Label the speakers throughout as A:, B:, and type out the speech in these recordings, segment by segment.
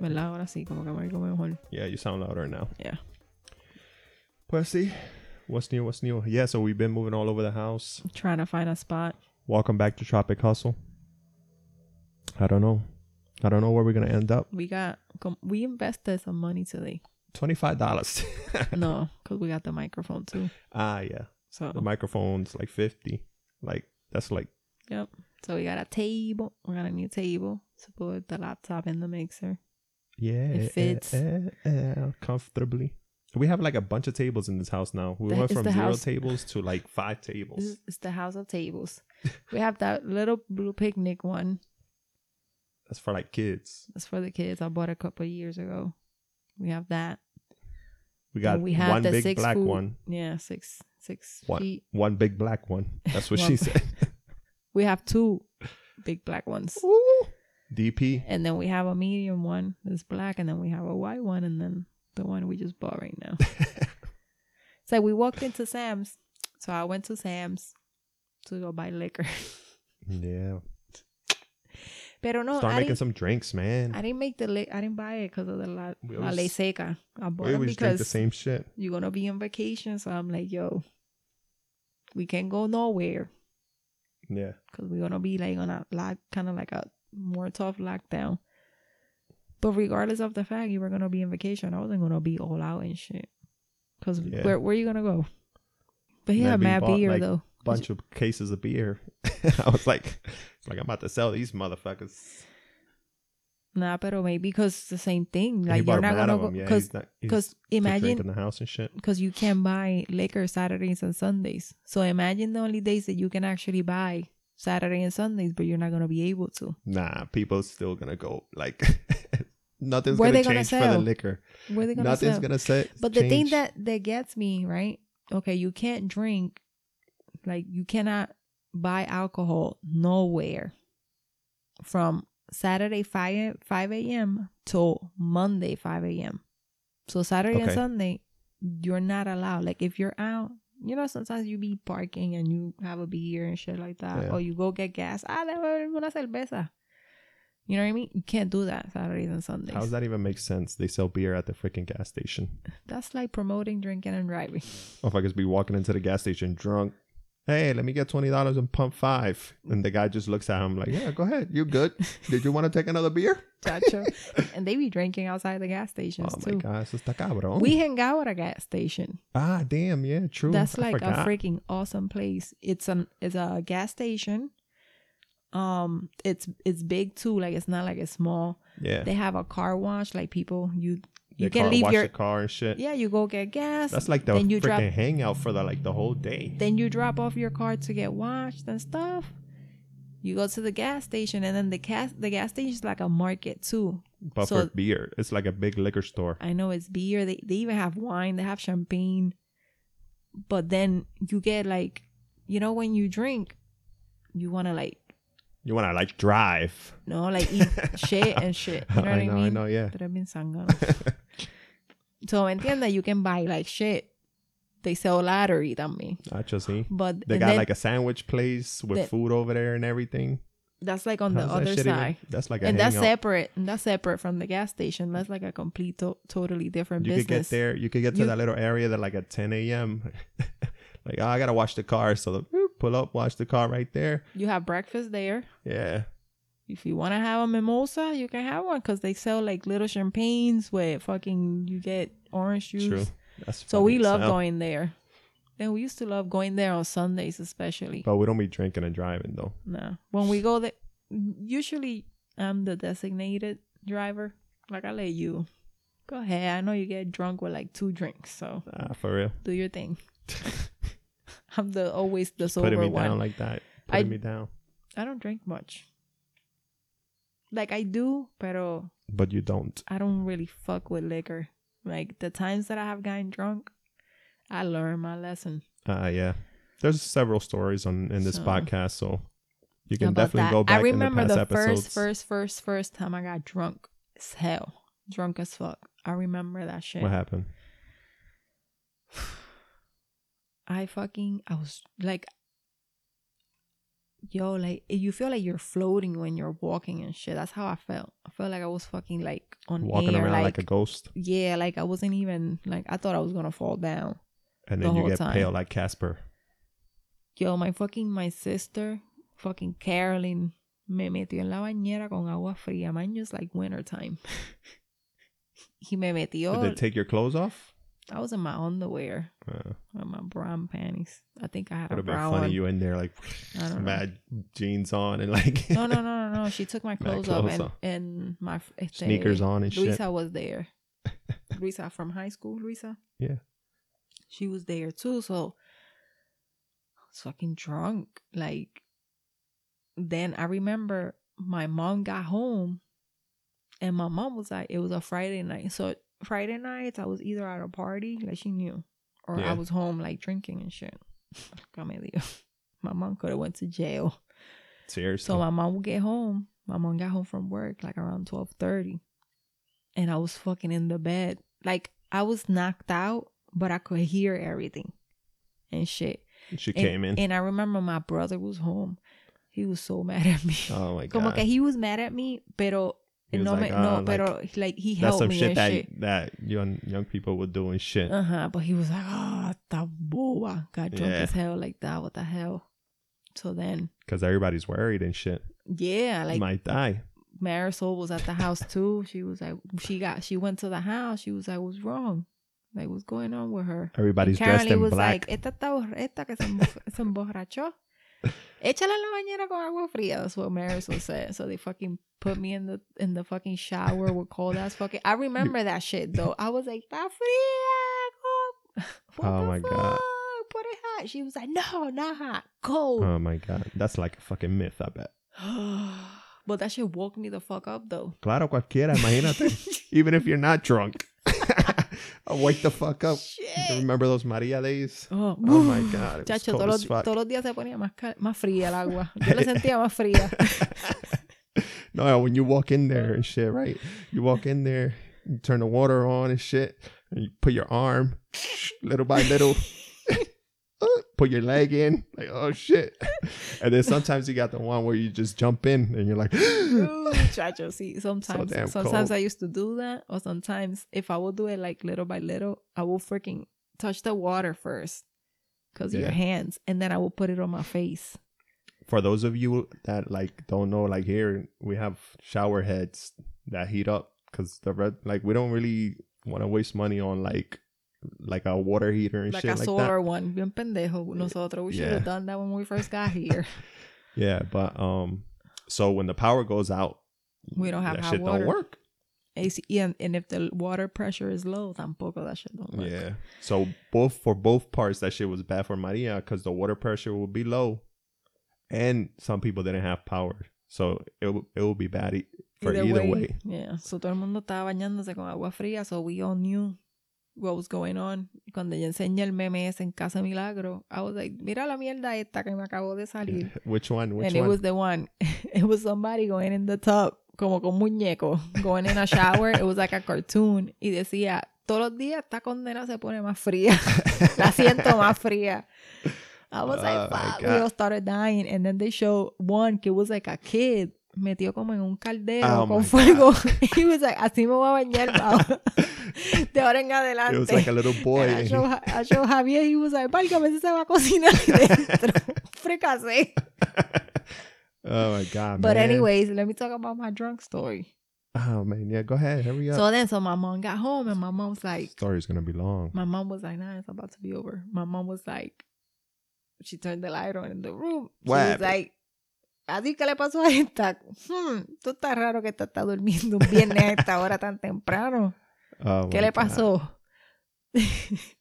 A: ¿verdad? Ahora sí, como que me oigo mejor.
B: Yeah, you sound louder now.
A: Yeah.
B: Pues sí. What's new? What's new? Yeah, so we've been moving all over the house.
A: Trying to find a spot.
B: Welcome back to Tropic Hustle. I don't know. I don't know where we're gonna end up.
A: We got, com- we invested some money today.
B: Twenty-five dollars.
A: no, because we got the microphone too.
B: ah, yeah.
A: So,
B: The microphone's like fifty. Like that's like
A: yep. So we got a table. We got a new table to put the laptop and the mixer.
B: yeah,
A: It
B: eh,
A: fits.
B: eh, eh, comfortably. We have like a bunch of tables in this house now. We
A: That
B: went
A: is
B: from
A: the
B: zero
A: house.
B: tables to like five
A: This
B: tables.
A: is it's the house of tables. we have that little blue picnic one.
B: That's for like kids.
A: That's for the kids. I bought a couple of years ago. We have that.
B: We got
A: And we have
B: one
A: the
B: big
A: six
B: black
A: foot-
B: one.
A: Yeah, six six
B: One,
A: feet.
B: one big black one. That's what
A: One
B: she
A: big-
B: said.
A: We have two big black ones.
B: DP.
A: And then we have a medium one that's black, and then we have a white one, and then the one we just bought right now. so we walked into Sam's. So I went to Sam's to go buy liquor.
B: Yeah.
A: Pero no,
B: Start
A: I
B: making
A: didn't,
B: some drinks, man.
A: I didn't make the li- I didn't buy it because of the la,
B: We
A: la
B: always-
A: ley seca. I bought
B: we
A: it
B: always drink the
A: because
B: same shit.
A: you're gonna be on vacation. So I'm like, yo, we can't go nowhere
B: Yeah.
A: because we're gonna be like on a lock, kind of like a more tough lockdown. But regardless of the fact you were gonna be on vacation, I wasn't gonna be all out and shit. Cause
B: Yeah.
A: where where you gonna go? But he
B: Then
A: had
B: we
A: mad
B: bought,
A: beer
B: like,
A: though.
B: Bunch of cases of beer. I was like, it's like I'm about to sell these motherfuckers.
A: Nah, pero maybe because it's the same thing.
B: And he
A: Like
B: bought
A: you're
B: a
A: not
B: mat
A: gonna
B: of
A: go
B: them. Yeah,
A: because
B: he's not, he's
A: because imagine
B: drinking the house and shit.
A: because you can buy liquor Saturdays and Sundays. So imagine the only days that you can actually buy Saturday and Sundays, but you're not gonna be able to.
B: Nah, people still gonna go like nothing's
A: Where
B: gonna
A: they gonna
B: change for the
A: sell?
B: liquor.
A: Where they gonna
B: Nothing's
A: sell?
B: gonna say.
A: But the thing that that gets me right, okay, you can't drink, like you cannot buy alcohol nowhere from Saturday five five a.m. till Monday five a.m. So Saturday and
B: Okay.
A: Sunday, you're not allowed. Like if you're out, you know, sometimes you be parking and you have a beer and shit like that,
B: Yeah.
A: or you go get gas. Ah, dame una cerveza. You know what I mean? You can't do that Saturdays and Sundays.
B: how does that even make sense? They sell beer at the freaking gas station.
A: That's like promoting drinking and driving.
B: Motherfuckers be walking into the gas station drunk. Hey, let me get twenty dollars and pump five. And the guy just looks at him like, "Yeah, go ahead, you good? Did you want to take another beer?"
A: Chacho. and they be drinking outside the gas stations
B: oh my
A: too.
B: gosh, está cabrón.
A: We hang out at a gas station.
B: ah, damn, yeah, true.
A: That's
B: I
A: like a
B: forgot.
A: freaking awesome place. It's an it's a gas station. Um, it's it's big too. Like it's not like it's small.
B: yeah.
A: They have a car wash. Like people, you you
B: They
A: can
B: car-
A: leave
B: wash
A: your
B: the car and shit.
A: yeah. You go get gas.
B: That's like the
A: Then you
B: freaking
A: drop-
B: hangout for the like the whole day.
A: then you drop off your car to get washed and stuff. You go to the gas station, and then the gas the gas station is like a market too.
B: But
A: So-
B: for beer, it's like a big liquor store.
A: I know it's beer. They they even have wine. They have champagne. But then you get like, you know, when you drink, you want to like,
B: You want to like drive.
A: no, like eat shit and shit. You know what I,
B: I know,
A: mean?
B: I know, yeah.
A: Pero bien sangano. so entiende, you can buy like shit. They sell lottery también.
B: Nacho, see?
A: But
B: They
A: and
B: got
A: then
B: like a sandwich place with
A: the-
B: food over there and everything.
A: that's like on
B: How
A: the
B: does that
A: other
B: shit even-
A: side.
B: that's like a
A: and that's
B: hangout.
A: separate. And that's separate from the gas station. That's like a complete, to- totally different
B: You
A: business.
B: could get there. You could get to
A: You-
B: that little area that like at 10 a.m. like, oh, I gotta wash the car. So the, whoop, pull up, wash the car right there.
A: You have breakfast there.
B: Yeah,
A: If you want to have a mimosa, you can have one because they sell like little champagnes where fucking you get orange juice.
B: true. That's
A: So we
B: fucking
A: love
B: sound.
A: going there. And we used to love going there on Sundays, especially.
B: But we don't be drinking and driving though.
A: no, when we go there, usually I'm the designated driver. Like I let you go ahead. I know you get drunk with like two drinks, so
B: Ah, for real.
A: do your thing. I'm the always the
B: Putting
A: sober
B: me
A: one.
B: down like that.
A: I-
B: Putting me down.
A: I don't drink much. Like I do, pero
B: But you don't.
A: I don't really fuck with liquor. Like the times that I have gotten drunk, I learned my lesson.
B: Uh yeah. There's several stories on in this
A: So-
B: podcast, so you can
A: about
B: definitely
A: that.
B: go back
A: I remember
B: in the
A: the,
B: past episodes.
A: first, first, first, first time I got drunk as hell, drunk as fuck. I remember that shit.
B: What happened?
A: I fucking I was like yo, like you feel like you're floating when you're walking and shit. That's how I felt. I felt like I was fucking like on
B: Walking
A: air,
B: around
A: like,
B: like, a ghost,
A: yeah, like I wasn't even like I thought I was gonna fall down.
B: and
A: the
B: then you
A: whole
B: get
A: time.
B: pale like Casper.
A: Yo, my fucking my sister, fucking Carolyn, me metió en la bañera con agua fría. Mine just like winter time. y me metió.
B: Did they take your clothes off?
A: I was in my underwear,
B: Uh,
A: with my brown panties. I think I had
B: would
A: a
B: have been
A: brown
B: funny.
A: one.
B: You in there like
A: I don't know.
B: mad jeans on and like
A: No, no, no, no, no. She took my
B: My
A: clothes, off
B: clothes
A: and,
B: off.
A: and my este,
B: sneakers on and
A: Luisa
B: shit.
A: was there. Luisa from high school, Luisa.
B: Yeah.
A: She was there too, so I was fucking drunk. Like then I remember my mom got home and my mom was like it was a Friday night. So Friday nights I was either at a party, like she knew, or I
B: Yeah.
A: was home like drinking and shit. Camelio. My mom could have went to jail.
B: Seriously.
A: So my mom would get home. My mom got home from work like around twelve thirty, and I was fucking in the bed. Like I was knocked out, but I could hear everything and shit.
B: she
A: And-
B: came in.
A: and I remember my brother was home. He was so mad at me.
B: oh my god.
A: Como que he was mad at me, pero
B: He was
A: no,
B: like,
A: me,
B: "Ah,
A: no,
B: like,
A: pero like he helped
B: That's some
A: me
B: shit
A: and
B: that
A: shit.
B: that young young people would do and shit.
A: Uh huh. But he was like, "Oh, ta boba," got drunk
B: Yeah.
A: as hell like that. What the hell? So then,
B: Because everybody's worried and shit.
A: yeah, like
B: Might die.
A: Marisol was at the house too. She was like, she got, she went to the house. She was like, what's wrong? Like, what's going on with her?
B: Everybody's dressed
A: Carly
B: in
A: was
B: black.
A: like, esta, está, bor- esta que se, embo- se emborrachó. Échala en la bañera con agua fría. That's what Marisol said. So they fucking put me in the in the fucking shower with cold ass fucking. I remember that shit though. I was like, está fría. co- What
B: Oh
A: the
B: my
A: fuck?
B: God.
A: Put it hot. She was like, no, not hot, cold.
B: oh my god. That's like a fucking myth, I bet. Oh.
A: but that shit woke me the fuck up though.
B: Claro cualquiera, imagínate. Even if you're not drunk. Wake the fuck up. You
A: Shit.
B: remember those Maria days?
A: Oh,
B: Oh my
A: uf.
B: God, it was
A: Chacho,
B: cold
A: todos,
B: as
A: los-
B: fuck.
A: todos los días se ponía más, cal- más fría el agua. Yo la sentía más fría.
B: no, when you walk in there and shit, right? You walk in there, you turn the water on and shit, and you put your arm little by little, uh, put your leg in, like, oh shit. And then sometimes you got the one where you just jump in and you're like,
A: Ooh, Uh, Chacho, see, sometimes,
B: damn
A: sometimes
B: cold.
A: I used to do that, or sometimes if I would do it like little by little, I will freaking touch the water first because
B: Yeah.
A: your hands, and then I will put it on my face.
B: for those of you that like don't know, like here we have shower heads that heat up because the red, like we don't really want to waste money on like like a water heater and
A: Like
B: shit
A: a
B: like that.
A: solar one, bien pendejo. Nosotros, we should
B: Yeah.
A: have done that when we first got here.
B: Yeah, but um, so when the power goes out,
A: We don't have
B: that
A: hot
B: shit
A: water.
B: don't work.
A: AC, and, and if the water pressure is low, tampoco that shit don't work.
B: Yeah. So both for both parts, that shit was bad for Maria because the water pressure would be low, and some people didn't have power, so it w- it would be bad e- for either, way.
A: Yeah. So todo el mundo estaba bañándose con agua fría, so we all knew what was going on. Y Cuando yo enseñé el meme ese en Casa Milagro, I was like, mira la mierda esta que me acabo de salir.
B: Which one? Which
A: and
B: one?
A: it was the one, it was somebody going in the tub, como con muñeco, going in a shower. it was like a cartoon. Y decía, todos los días esta condena se pone más fría. la siento más fría. I was
B: Oh,
A: like,
B: my
A: fuck, we
B: God.
A: all started dying. And then they showed one que was like a kid metido como en un caldero
B: Oh,
A: con
B: my
A: fuego. He was like, así me voy a bañar pa- de ahora en adelante.
B: It was like a little boy.
A: And I
B: and
A: showed Ja- I showed Javier, he was like, válgame, ese se va a cocinar ahí dentro. Fricase.
B: he- oh my god.
A: But
B: man.
A: anyways, let me talk about my drunk story.
B: Oh man, yeah. Go ahead. Hurry up.
A: So then, so my mom got home and my mom's like,
B: Story's gonna be long.
A: my mom was like, nah, it's about to be over. My mom was like, she turned the light on in the room. She
B: What
A: was
B: happened?
A: like, así que le pasó a esta. Hmm, tú estás raro que esta está durmiendo un viernes a esta hora tan temprano.
B: Oh
A: ¿Qué
B: my
A: le
B: God.
A: pasó?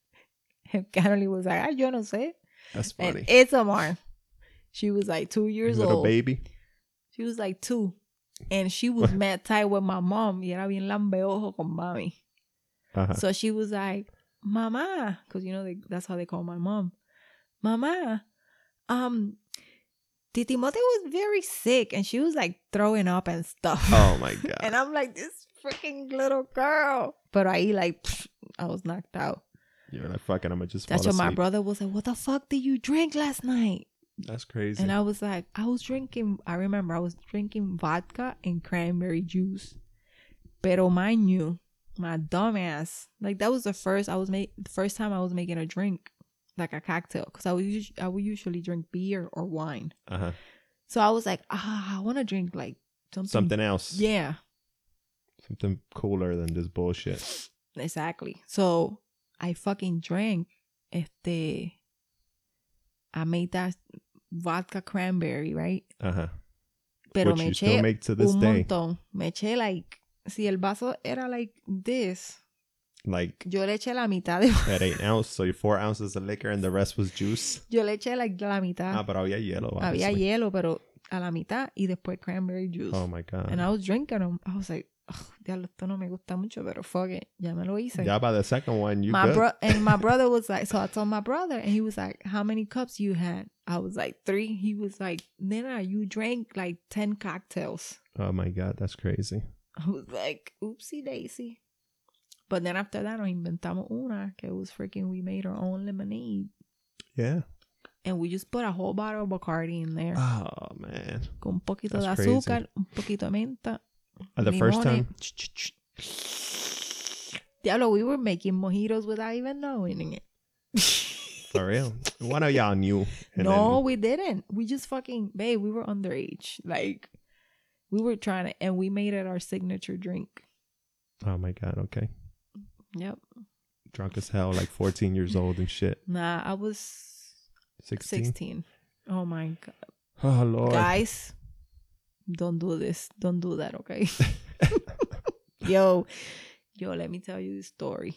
A: And Carolyn was like, ah, yo no sé.
B: That's funny.
A: And Isamar, she was like two years
B: little
A: old.
B: baby.
A: She was like two. And she was mad tight with my mom. Y era bien lambeojo con mami.
B: Uh-huh.
A: So she was like, "Mama," because you know they, that's how they call my mom. Mama, um, Titimote was very sick, and she was like throwing up and stuff.
B: Oh my god.
A: And I'm like, this freaking little girl. But I like, pfft, I was knocked out.
B: You're like fucking. I'm gonna just fall
A: That's what my
B: asleep.
A: brother was like, "What the fuck did you drink last night?"
B: That's crazy.
A: And I was like, I was drinking, I remember I was drinking vodka and cranberry juice. Pero mind you, my dumbass, like that was the first I was make first time I was making a drink, like a cocktail, because I would us- I would usually drink beer or wine.
B: uh-huh.
A: So I was like, ah, I want to drink like something.
B: Something else.
A: Yeah,
B: Something cooler than this bullshit.
A: exactly. So I fucking drank. Este, I made that vodka cranberry, right?
B: Uh huh.
A: Pero
B: Which
A: me
B: you
A: eché
B: still make to this
A: un
B: day.
A: montón. Me eché like, si el vaso era like this,
B: Like
A: yo le eché la mitad de,
B: at eight ounce, so four ounces of liquor and the rest was juice.
A: yo le eché like la mitad.
B: Ah, but había hielo.
A: Había
B: obviously.
A: hielo, pero a la mitad y después cranberry juice.
B: Oh my god.
A: And I was drinking them. I was like, "Ugh, diablo, esto no me gusta mucho, pero fuck it, ya me lo hice.
B: yeah, by the second one, you
A: my
B: good.
A: bro and my brother was like, so I told my brother, and he was like, how many cups you had? I was like three. He was like, Nena, you drank like ten cocktails.
B: oh my god, that's crazy.
A: I was like, oopsie daisy. But then after that, nos inventamos una que was freaking. We made our own lemonade,
B: Yeah.
A: and we just put a whole bottle of Bacardi in there,
B: Oh man.
A: con un poquito de
B: that's
A: azúcar, un poquito de menta,
B: Uh, the first
A: Limones.
B: time,
A: Ch- ch- ch- Diablo, we were making mojitos without even knowing it.
B: for real. One of y'all knew. and
A: no, we didn't. We just fucking, babe, we were underage. Like, we were trying to, and we made it our signature drink.
B: then- oh my god. Okay.
A: Yep.
B: Drunk as hell, like 14 years old and shit.
A: Nah, I was
B: 16.
A: 16. Oh my God.
B: Oh lord.
A: Guys, don't do this. Don't do that, okay? yo, yo, let me tell you this story.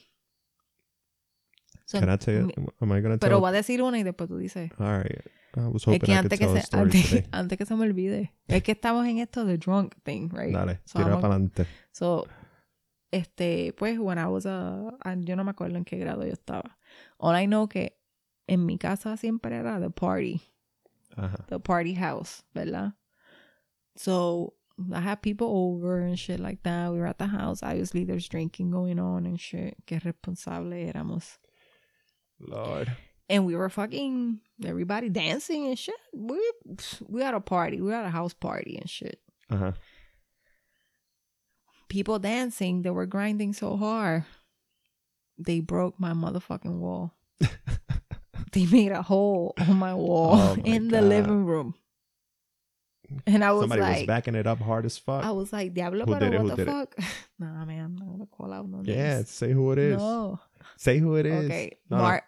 A: So,
B: Can I tell you?
A: mi-
B: Am I gonna tell?
A: Pero voy a decir una y después tú dices.
B: All right. I was
A: Es
B: hoping
A: que
B: I could
A: antes que,
B: tell
A: se,
B: a story
A: antes,
B: today.
A: antes que se me olvide. Es que estamos en esto de drunk thing, right?
B: Dale,
A: So,
B: tira
A: I'm
B: para adelante.
A: So, este, pues, when I was a, ah, yo no me acuerdo en qué grado yo estaba. All I know que en mi casa siempre era the party,
B: Ajá.
A: the party house, ¿verdad? So, I had people over and shit like that. We were at the house. Obviously, there's drinking going on and shit. Qué responsable éramos.
B: Lord.
A: and we were fucking everybody dancing and shit. We we had a party. We had a house party and shit.
B: Uh huh.
A: People dancing. They were grinding so hard. They broke my motherfucking wall. they made a hole on my wall
B: Oh my
A: in the
B: God.
A: living room. And I was
B: Somebody was
A: like,
B: backing it up hard as fuck.
A: I was like, Diablo,
B: Who did it?
A: pero
B: Who
A: what the
B: did it?
A: fuck? nah, man, I'm not gonna call out no names.
B: yeah, say who it is.
A: No.
B: Say who it is.
A: Okay.
B: No, no,
A: Mark.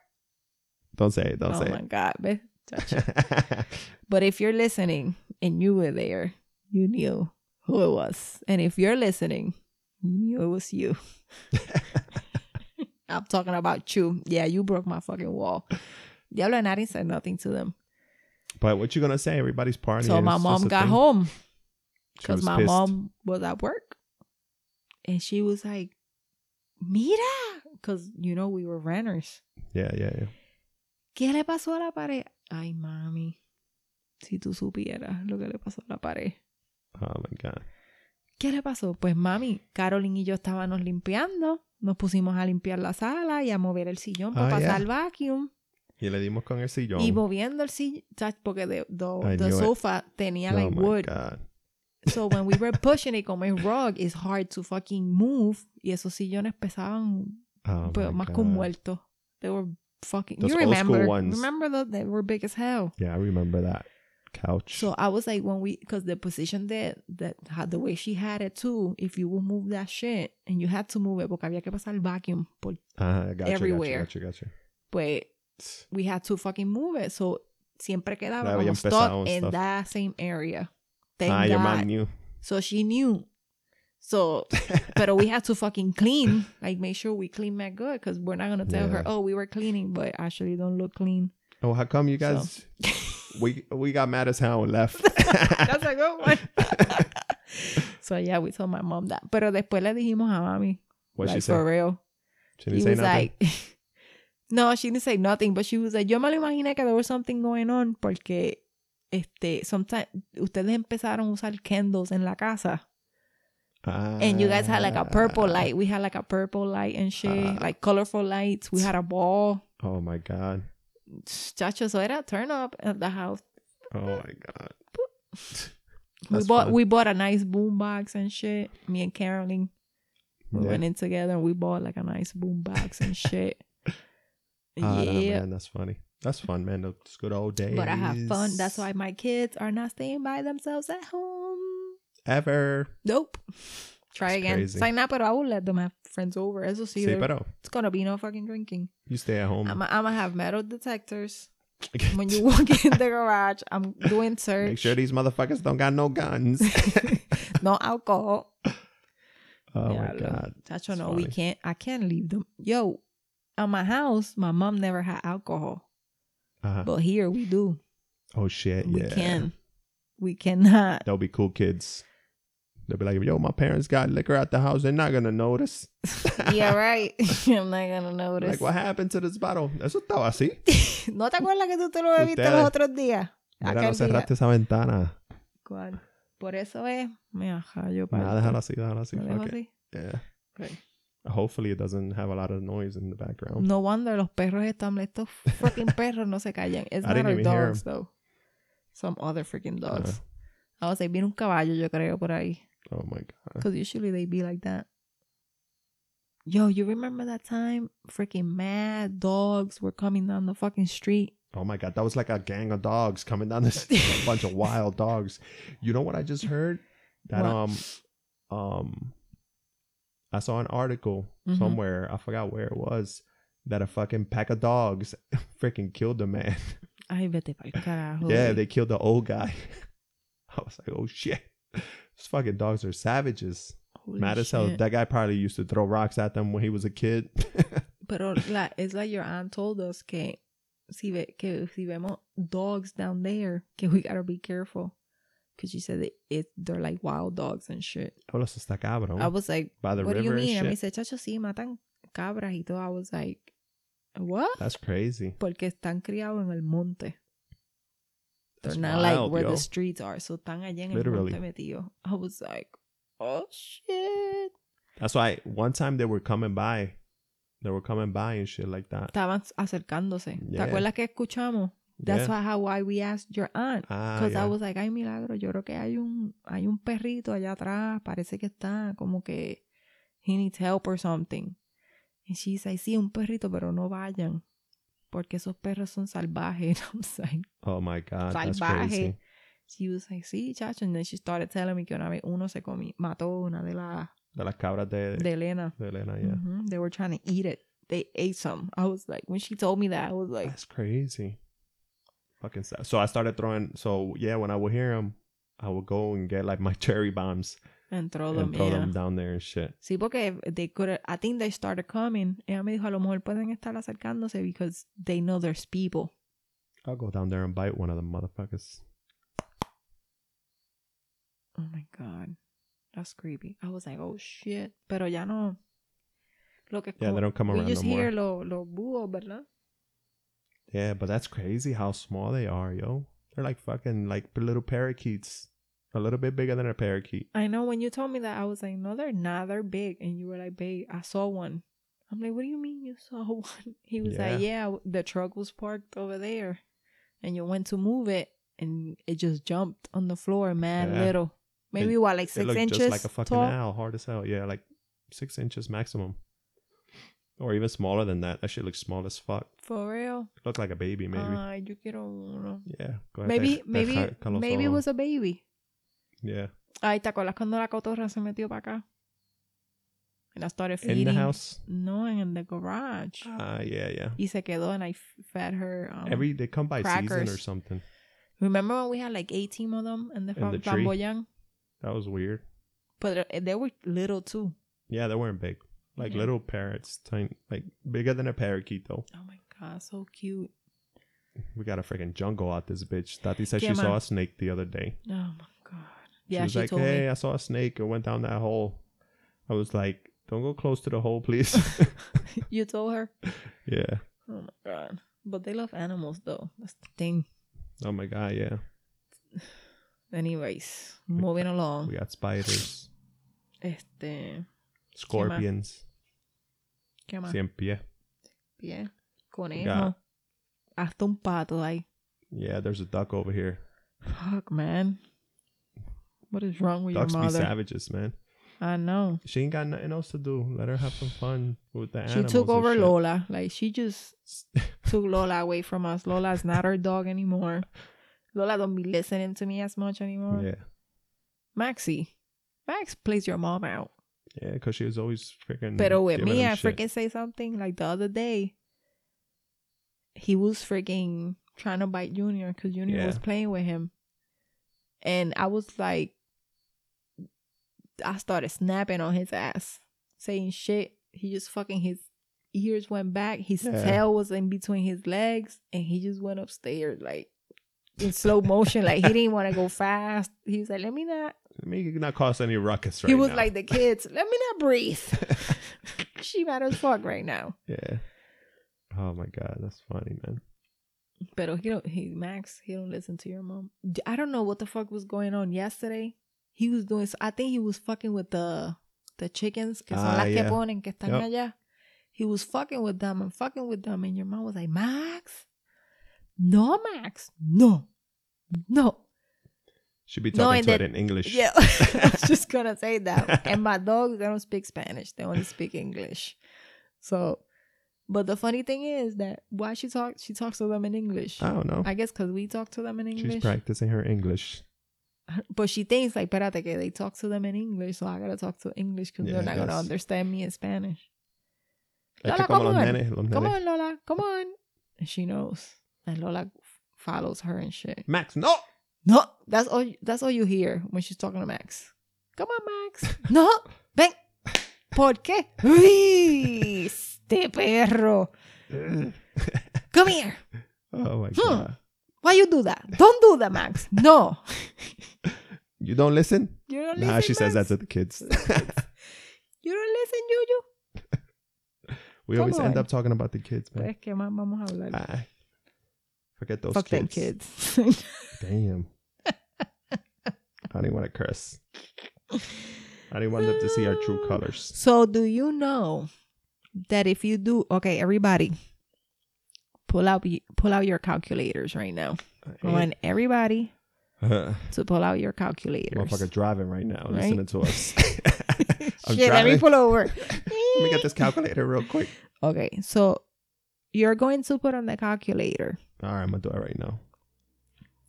B: don't say it. Don't
A: oh
B: say
A: my God, bitch.
B: it.
A: But if you're listening and you were there, you knew who it was. And if you're listening, you knew it was you. I'm talking about you. Yeah, you broke my fucking wall. Diablo and I didn't say nothing to them.
B: but what you gonna say? Everybody's partying.
A: so my
B: It's just
A: mom
B: a
A: got
B: thing.
A: home
B: She
A: because
B: was
A: my
B: pissed.
A: mom was at work. And she was like, Mira, because you know we were renters.
B: Yeah, yeah, yeah.
A: ¿Qué le pasó a la pared? Ay, mami. Si tú supieras lo que le pasó a la pared.
B: Oh my god.
A: ¿Qué le pasó? Pues mami, Carolyn y yo estábamos limpiando. Nos pusimos a limpiar la sala y a mover el sillón para
B: Ah,
A: pasar
B: yeah.
A: el vacuum.
B: Y le dimos con el sillón.
A: Y moviendo el sillón, porque the, the,
B: I
A: the
B: knew it.
A: sofa tenía
B: oh
A: like
B: my
A: wood.
B: god.
A: So when we were pushing it como es rug, it's hard to fucking move. Y esos sillones pesaban
B: Oh
A: pero
B: my
A: más que
B: god.
A: un muerto. They were fucking...
B: Those
A: you
B: old school
A: remember,
B: ones.
A: remember those? They were big as hell.
B: Yeah, I remember that couch.
A: So I was like, when we, because the position that that had the way she had it too, if you would move that shit and you had to move it, porque había que pasar el vacuum, por,
B: uh, I got
A: everywhere.
B: You, got you, got you,
A: pues we had to fucking move it. So siempre quedaba
B: Ya
A: como
B: había
A: stuck
B: empezado and
A: in
B: stuff.
A: that same area. Thank
B: Ah,
A: God.
B: your mom knew.
A: So she knew. So, but we had to fucking clean, like make sure we clean that good, because we're not gonna tell her,
B: Yeah.
A: oh, we were cleaning, but actually don't look clean.
B: Oh, how come you
A: So.
B: guys? we we got mad as hell and left.
A: That's a good one. so yeah, we told my mom that. Pero después le dijimos a mami.
B: what
A: like
B: she
A: for
B: said?
A: real.
B: She didn't
A: he
B: say
A: was
B: nothing.
A: like, no, she didn't say nothing, but she was like, yo me lo imaginé que there was something going on porque este, sometimes ustedes empezaron a usar candles en la casa. And you guys had like a purple
B: Ah.
A: light. We had like a purple light and shit,
B: Ah.
A: like colorful lights. We had a ball.
B: Oh my god.
A: Chacho, so era turn up at the house.
B: Oh my god.
A: we
B: That's
A: bought
B: fun.
A: we bought a nice boom box and shit. Me and Carolyn we
B: Yeah.
A: went in together and we bought like a nice boom box and shit.
B: Ah, nah,
A: yeah.
B: man, that's funny. That's fun, man. Those good old days.
A: But I have fun. That's why my kids are not staying by themselves at home.
B: Ever.
A: Nope. Try
B: That's
A: again.
B: crazy.
A: Sign up, but I will let them have friends over. Eso sí,
B: Say
A: there-
B: pero. Mm.
A: it's gonna be no fucking drinking.
B: You stay at home.
A: I'm gonna have metal detectors. When you walk in the garage, I'm doing search.
B: Make sure these motherfuckers don't got no guns.
A: no alcohol.
B: oh my
A: Diablo.
B: god.
A: Chacho,
B: It's
A: no, we
B: funny.
A: can't. I can't leave them. Yo, at my house, my mom never had alcohol,
B: Uh-huh.
A: but here we do.
B: Oh shit.
A: We
B: yeah.
A: can. We cannot.
B: They'll be cool kids. They'll be like, yo, my parents got liquor at the house. They're not gonna notice.
A: yeah, right. I'm not gonna
B: Like,
A: notice.
B: what happened to this bottle? Eso estaba así.
A: ¿No te acuerdas que tú te lo bebiste
B: Ustedes.
A: los otros días?
B: Mira, no
A: Aquel día.
B: cerraste esa ventana.
A: ¿Cuál? Por eso es. Me ajá, yo
B: Nah, déjalo así, déjalo así.
A: Lo dejo
B: Fuck
A: así.
B: it. Yeah.
A: Okay.
B: Hopefully it doesn't have a lot of noise in the background.
A: No wonder los perros están. Estos fucking perros no se callan. It's
B: I
A: not
B: didn't
A: our
B: even hear
A: dogs, though. Some other freaking dogs.
B: Ah.
A: I was like, viene un caballo, yo creo, por ahí.
B: Oh my god.
A: Because usually they be like that. Yo, you remember that time freaking mad dogs were coming down the fucking street?
B: Oh my god. That was like a gang of dogs coming down this a bunch of wild dogs. You know what I just heard? That
A: What?
B: um um I saw an article
A: Mhm.
B: somewhere, I forgot where it was, that a fucking pack of dogs freaking killed a man.
A: Ay, vete pa'l carajo.
B: Yeah,
A: güey.
B: they killed the old guy. I was like, oh shit. These fucking dogs are savages.
A: Holy
B: Mad as hell.
A: shit.
B: That guy probably used to throw rocks at them when he was a kid.
A: Pero like, it's like your aunt told us que si, ve, que si vemos dogs down there, que we gotta be careful. Because she said it, it, they're like wild dogs and shit.
B: Hablas está cabrón.
A: I was like,
B: By Oh. the
A: what do you
B: river
A: mean? And
B: and
A: me
B: shit.
A: said, chacho, sí, matan cabras y todo. I was like, what?
B: That's crazy.
A: Porque están criados en el monte. They're
B: That's
A: not like
B: wild,
A: where
B: yo.
A: the streets are. So están allá en
B: Literally.
A: el monte metido. I was like, oh shit.
B: That's why one time they were coming by. They were coming by and shit like that.
A: Estaban acercándose.
B: Yeah.
A: ¿Te acuerdas que escuchamos? That's
B: yeah.
A: why, how why we asked your aunt.
B: Ah,
A: Because
B: yeah.
A: I was like, ay, milagro, yo creo que hay un, hay un perrito allá atrás, parece que está como que he needs help or something. And she's like, sí, un perrito, pero no vayan, porque esos perros son salvajes. And I'm like,
B: oh my god, that's
A: Salvaje.
B: crazy.
A: she was like, sí, chacho. And then she started telling me que una vez uno se comió, mató una de las,
B: De las cabras de,
A: de Elena.
B: de Elena, yeah.
A: Mhm, They were trying to eat it. They ate some. I was like, when she told me that, I was like,
B: That's crazy. Fucking sad. So I started throwing. So yeah, when I would hear them, I would go and get like my cherry bombs
A: and throw
B: and
A: them,
B: throw
A: yeah.
B: them down there and shit.
A: Sí, porque they could, I think they started coming. Ella me dijo, a lo mejor pueden estar acercándose because they know there's people.
B: I'll go down there and bite one of them motherfuckers.
A: Oh my God. That's creepy. I was like, oh shit. Pero ya no. Lo que es
B: Yeah,
A: como-
B: they don't come
A: we
B: around no
A: just hear
B: more.
A: los lo búhos, ¿verdad?
B: Yeah, but that's crazy how small they are, yo. They're like fucking like little parakeets, a little bit bigger than a parakeet.
A: I know when you told me that, I was like, no, they're not. They're big. And you were like, babe, I saw one. I'm like, what do you mean you saw one? He was like, yeah, the truck was parked over there. And you went to move it, and it just jumped on the floor, man,
B: Yeah.
A: little. Maybe
B: It-
A: what, like
B: They
A: six
B: look
A: inches
B: just like a fucking
A: tall?
B: owl, hard as hell. Yeah, like six inches maximum, or even smaller than that. That shit looks small as fuck.
A: For real?
B: Look like a baby, maybe.
A: Ay, yo quiero uno.
B: yeah. go
A: Uh,
B: ahead,
A: Maybe,
B: deja-
A: maybe,
B: deja- déjalo
A: maybe it
B: solo.
A: was a baby.
B: yeah
A: Ay, ¿te acuerdas cuando la cotorra se metió para acá? And I started
B: in
A: feeding.
B: the house.
A: No, and in the garage.
B: Ah, yeah, yeah.
A: Y se quedó, and I f- fed her. Um,
B: Every they come by season or
A: crackers.
B: something.
A: Remember when we had like 18 of them in the,
B: In
A: fam-
B: the tree.
A: flamboyant?
B: That was weird.
A: But uh, they were little too.
B: Yeah, they weren't big. Like
A: Yeah.
B: little parrots, tiny, like bigger than a parakeet though.
A: Oh my god, so cute.
B: We got a freaking jungle out this bitch. Tati said
A: Yeah,
B: she saw
A: man.
B: a snake the other day.
A: Oh my god.
B: She
A: Yeah,
B: was
A: she
B: like,
A: told
B: "Hey,
A: me.
B: I saw a snake. It went down that hole." I was like, "Don't go close to the hole, please."
A: You told her?
B: yeah.
A: Oh my god. But they love animals though. That's the thing.
B: Oh my god. Yeah.
A: Anyways, moving along.
B: We got spiders,
A: Este,
B: scorpions,
A: ¿qué más?
B: cien pie.
A: Bien. Conejo.
B: Ya.
A: Hasta un pato ahí.
B: Yeah, there's a duck over here.
A: Fuck, man. What is wrong with
B: Dogs
A: your
B: be
A: mother?
B: savages, man.
A: I know.
B: She ain't got nothing else to do. Let her have some fun with the
A: She
B: animals.
A: took
B: and
A: over
B: shit.
A: Lola. Like she just took Lola away from us. Lola's not our dog anymore. Lola don't be listening to me as much anymore.
B: yeah,
A: Maxie. Max plays your mom out.
B: yeah, because she was always freaking.
A: Pero with
B: giving
A: me,
B: him
A: I
B: shit.
A: freaking say something like the other day. He was freaking trying to bite Junior because Junior
B: Yeah.
A: was playing with him, and I was like, I started snapping on his ass, saying shit. He just fucking his ears went back. His
B: Yeah.
A: tail was in between his legs, and he just went upstairs like in slow motion. like he didn't want to go fast. He was like, "Let me not
B: Let me not cause any ruckus right
A: he was
B: now.
A: like the kids. Let me not breathe. she mad as fuck right now.
B: yeah. Oh my god, that's funny, man.
A: But he don't. He Max. He don't listen to your mom. D- I don't know what the fuck was going on yesterday. He was doing. s- I think he was fucking with the the chickens. Que son
B: Ah,
A: las que
B: yeah.
A: ponen que están
B: Yup.
A: allá. He was fucking with them and fucking with them, and your mom was like, Max, no, Max, no, no.
B: Should be
A: No,
B: talking
A: and
B: to
A: that-
B: it in English.
A: Yeah, I was just gonna say that. And my dogs, they don't speak Spanish; they only speak English. So, but the funny thing is that why she talks, she talks to them in English.
B: I don't know.
A: I guess because we talk to them in English.
B: She's practicing her English.
A: But she thinks like, "Espérate que they talk to them in English, so I gotta talk to English because
B: Yeah,
A: they're not gonna
B: that's-
A: understand me in Spanish."
B: Es
A: Lola,
B: que como
A: come
B: los
A: on.
B: nenes, los
A: Come
B: nenes.
A: on, Lola, come on. And she knows, and Lola f- follows her and shit.
B: Max, no.
A: No, that's all. That's all you hear when she's talking to Max. Come on, Max. No, ven. ¿Por qué? Uy, este perro. Come here.
B: Oh my god.
A: Why you do that? Don't do that, Max. No.
B: You don't listen?
A: You don't
B: nah,
A: listen.
B: she says that
A: Max?
B: to the kids.
A: You don't listen, Yuyu.
B: we
A: Come
B: always end
A: on.
B: up talking about the kids, man.
A: Pues que más vamos a hablar.
B: Ah, forget those
A: Fuck them
B: kids.
A: kids.
B: Damn. I didn't want to curse. I didn't want them to see our true colors.
A: so, do you know that if you do, okay, everybody, pull out y- pull out your calculators right now. I want everybody
B: Uh,
A: to pull out your calculators.
B: motherfucker driving right now,
A: Right?
B: listening to us. I'm
A: Shit, let me
B: driving.
A: pull over.
B: Let me get this calculator real quick.
A: okay, so you're going to put on the calculator.
B: All right, I'm gonna do it right now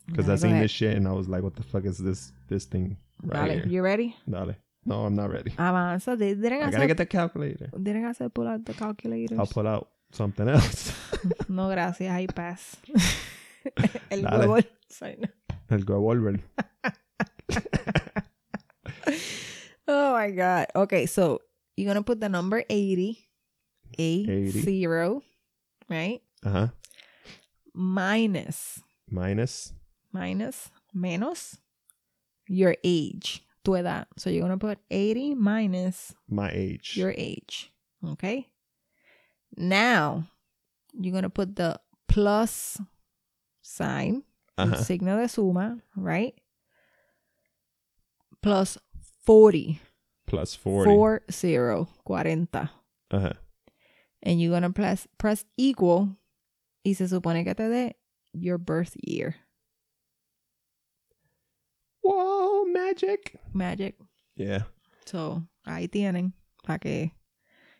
B: because
A: Dale,
B: I
A: go
B: seen
A: ahead.
B: this shit and I was like, "What the fuck is this? This thing right
A: Dale,
B: here?"
A: you ready?
B: Dale. No, I'm not ready.
A: Avanza. They didn't I
B: I
A: say,
B: gotta get the calculator.
A: didn't I say pull out the calculators?
B: I'll pull out something else.
A: no, gracias. I pass. El
B: Dale.
A: huevo. Sorry, no.
B: El Revolver.
A: Oh my God. Okay, so you're going to put the number 80, A
B: 80.
A: zero, right?
B: Uh huh.
A: Minus,
B: Minus
A: minus, menos your age, tu edad. So you're going to put 80 minus
B: my age.
A: your age. Okay. Now you're gonna put the plus sign,
B: uh
A: el
B: huh.
A: signo de suma, right? Plus 40,
B: Plus forty.
A: four zero, 40,
B: Uh huh.
A: and you're gonna press press equal, y se supone que te dé your birth year.
B: Whoa, magic.
A: Magic.
B: Yeah.
A: So ahí tienen para que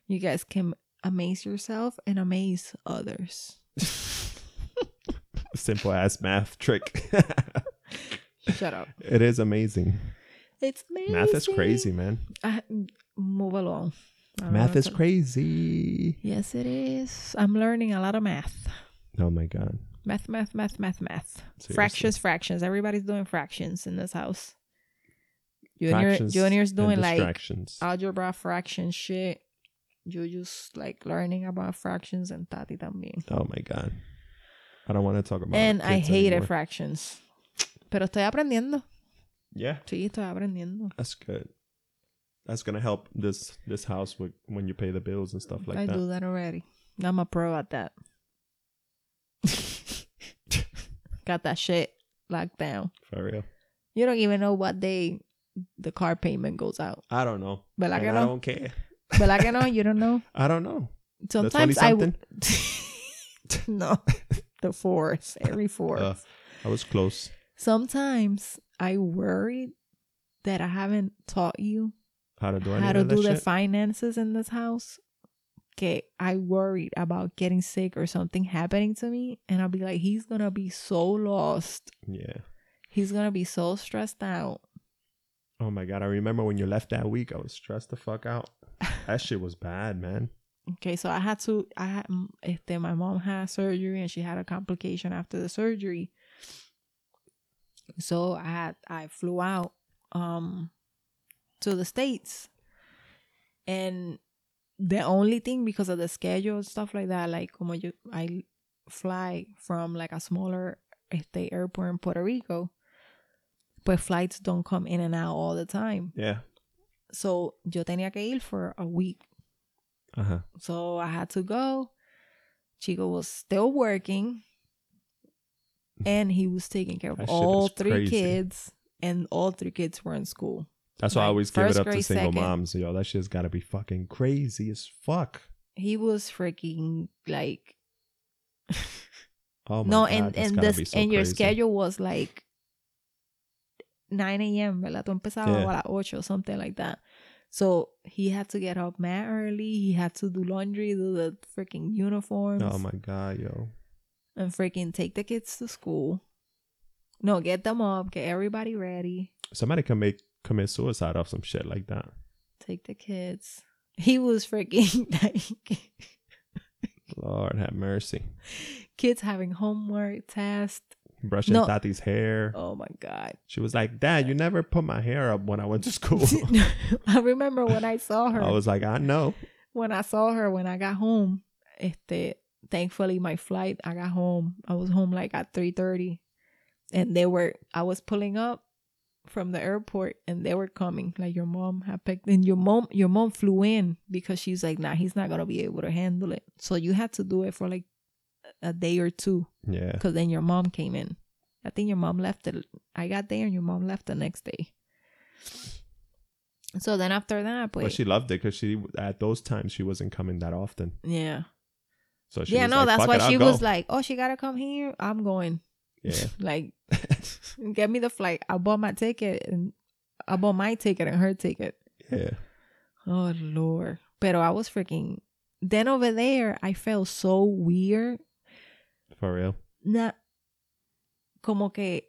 A: you guys can amaze yourself and amaze others.
B: Simple ass math trick.
A: Shut up.
B: it is amazing.
A: It's amazing.
B: Math is crazy, man.
A: I, move along. I don't
B: Math
A: know
B: is
A: if I-
B: crazy.
A: Yes, it is. I'm learning a lot of math.
B: Oh my god.
A: Math, math, math, math, math.
B: Seriously.
A: Fractions, fractions. Everybody's doing fractions in this house. Junior,
B: Fractions
A: Junior's
B: and
A: doing like
B: distractions.
A: algebra fraction shit. You're just like learning about fractions and Tati también.
B: oh my god. I don't want to talk about
A: and I
B: kids
A: hated
B: anymore.
A: fractions. Pero estoy aprendiendo.
B: Yeah,
A: Sí, estoy aprendiendo.
B: that's good. That's gonna help this this house with when you pay the bills and stuff like
A: I
B: that.
A: do that already. I'm a pro at that. Got that shit locked down.
B: For real.
A: You don't even know what day the car payment goes out.
B: I don't know.
A: But like
B: And
A: I
B: I
A: know.
B: don't care.
A: But like I know, you don't know.
B: I don't know.
A: Sometimes I w- no the fourth every fourth.
B: Uh, I was close.
A: Sometimes I worry that I haven't taught you
B: How to do any
A: how to
B: of that
A: do the
B: shit?
A: finances in this house. Okay, I worried about getting sick or something happening to me, and I'll be like, he's gonna be so lost.
B: yeah.
A: He's gonna be so stressed out.
B: Oh my god, I remember when you left that week. I was stressed the fuck out. That shit was bad, man.
A: Okay, so I had to. I had, mm, este, my mom had surgery and she had a complication after the surgery. So I had, I flew out um to the states, and the only thing because of the schedule and stuff like that, like como yo, I fly from like a smaller este airport in Puerto Rico, but flights don't come in and out all the time.
B: Yeah.
A: So yo tenía que ir for a week.
B: Uh huh.
A: So I had to go. Chico was still working and he was taking care of
B: Mm. That shit
A: all
B: is
A: three
B: crazy.
A: kids and all three kids were in school.
B: That's why I
A: Like,
B: always give it
A: first
B: up to
A: grade,
B: single
A: second.
B: moms. Yo, that shit's gotta be fucking crazy as fuck.
A: He was freaking like
B: Oh my
A: no
B: god.
A: and
B: that's
A: and
B: gotta
A: this
B: be so
A: and your
B: crazy.
A: schedule was like 9 a.m. ¿verdad? Tú empezabas a
B: Yeah.
A: las 8 or something like that. So he had to get up mad early. He had to do laundry, do the freaking uniforms.
B: Oh my god, yo.
A: and freaking take the kids to school. No, get them up, get everybody ready,
B: Somebody can make commit suicide off some shit like that.
A: take the kids. He was freaking like
B: Lord have mercy.
A: kids having homework, test.
B: Brushing
A: No.
B: Tati's hair.
A: Oh my god.
B: She was like, Dad, you never put my hair up when I went to school.
A: I remember when I saw her.
B: I was like, I know.
A: when I saw her when I got home. Este thankfully my flight, I got home. I was home like at 3:30 and they were I was pulling up from the airport and they were coming like your mom had picked and your mom your mom flew in because she's like nah he's not gonna be able to handle it so you had to do it for like a day or two
B: Yeah.
A: because then your mom came in i think your mom left the i got there and your mom left the next day so then after that
B: But
A: pues,
B: she loved it because she at those times she wasn't coming that often.
A: yeah
B: So she
A: yeah,
B: was
A: no,
B: like,
A: that's
B: "Fuck
A: why
B: it, I'll
A: she
B: go."
A: was like, "Oh, she gotta come here. I'm going.
B: Yeah.
A: like, get me the flight. I bought my ticket and I bought my ticket and her ticket.
B: Yeah.
A: Oh lord. But I was freaking. Then over there, I felt so weird.
B: For real.
A: Not, como que,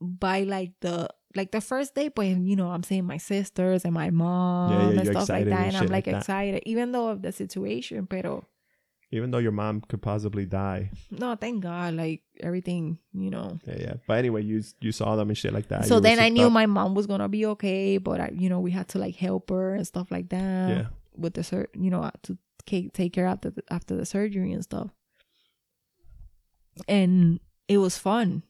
A: by like the like the first day, but you know, I'm seeing my sisters and my mom
B: yeah,
A: and
B: you're
A: stuff like
B: excited
A: that,
B: and
A: and I'm
B: shit
A: like
B: like that.
A: excited, even though of the situation. Pero
B: Even though your mom could possibly die.
A: no, thank God, like everything, you know.
B: Yeah, yeah. But anyway, you you saw them and shit like that. Uh, You
A: so
B: were
A: then I
B: souped
A: knew
B: up.
A: my mom was gonna be okay, but I, you know, we had to like help her and stuff like that
B: Yeah.
A: with the sur- you know, uh, to take take care after the, after the surgery and stuff. And it was fun.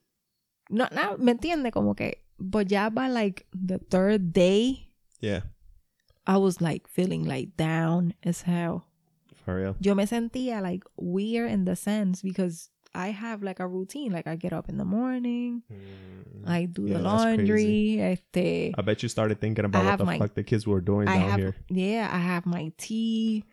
A: No, no, me entiende como que, but ya by like the third day,
B: Yeah.
A: I was like feeling like down as hell.
B: For real.
A: Yo me sentía like weird in the sense because I have like a routine, like I get up in the morning, I do
B: Yeah,
A: the
B: that's crazy.
A: laundry, este.
B: Mm-hmm. I bet you started thinking about what
A: have
B: the
A: my-
B: fuck the kids were doing
A: I
B: down
A: have
B: here.
A: yeah, I have my tea.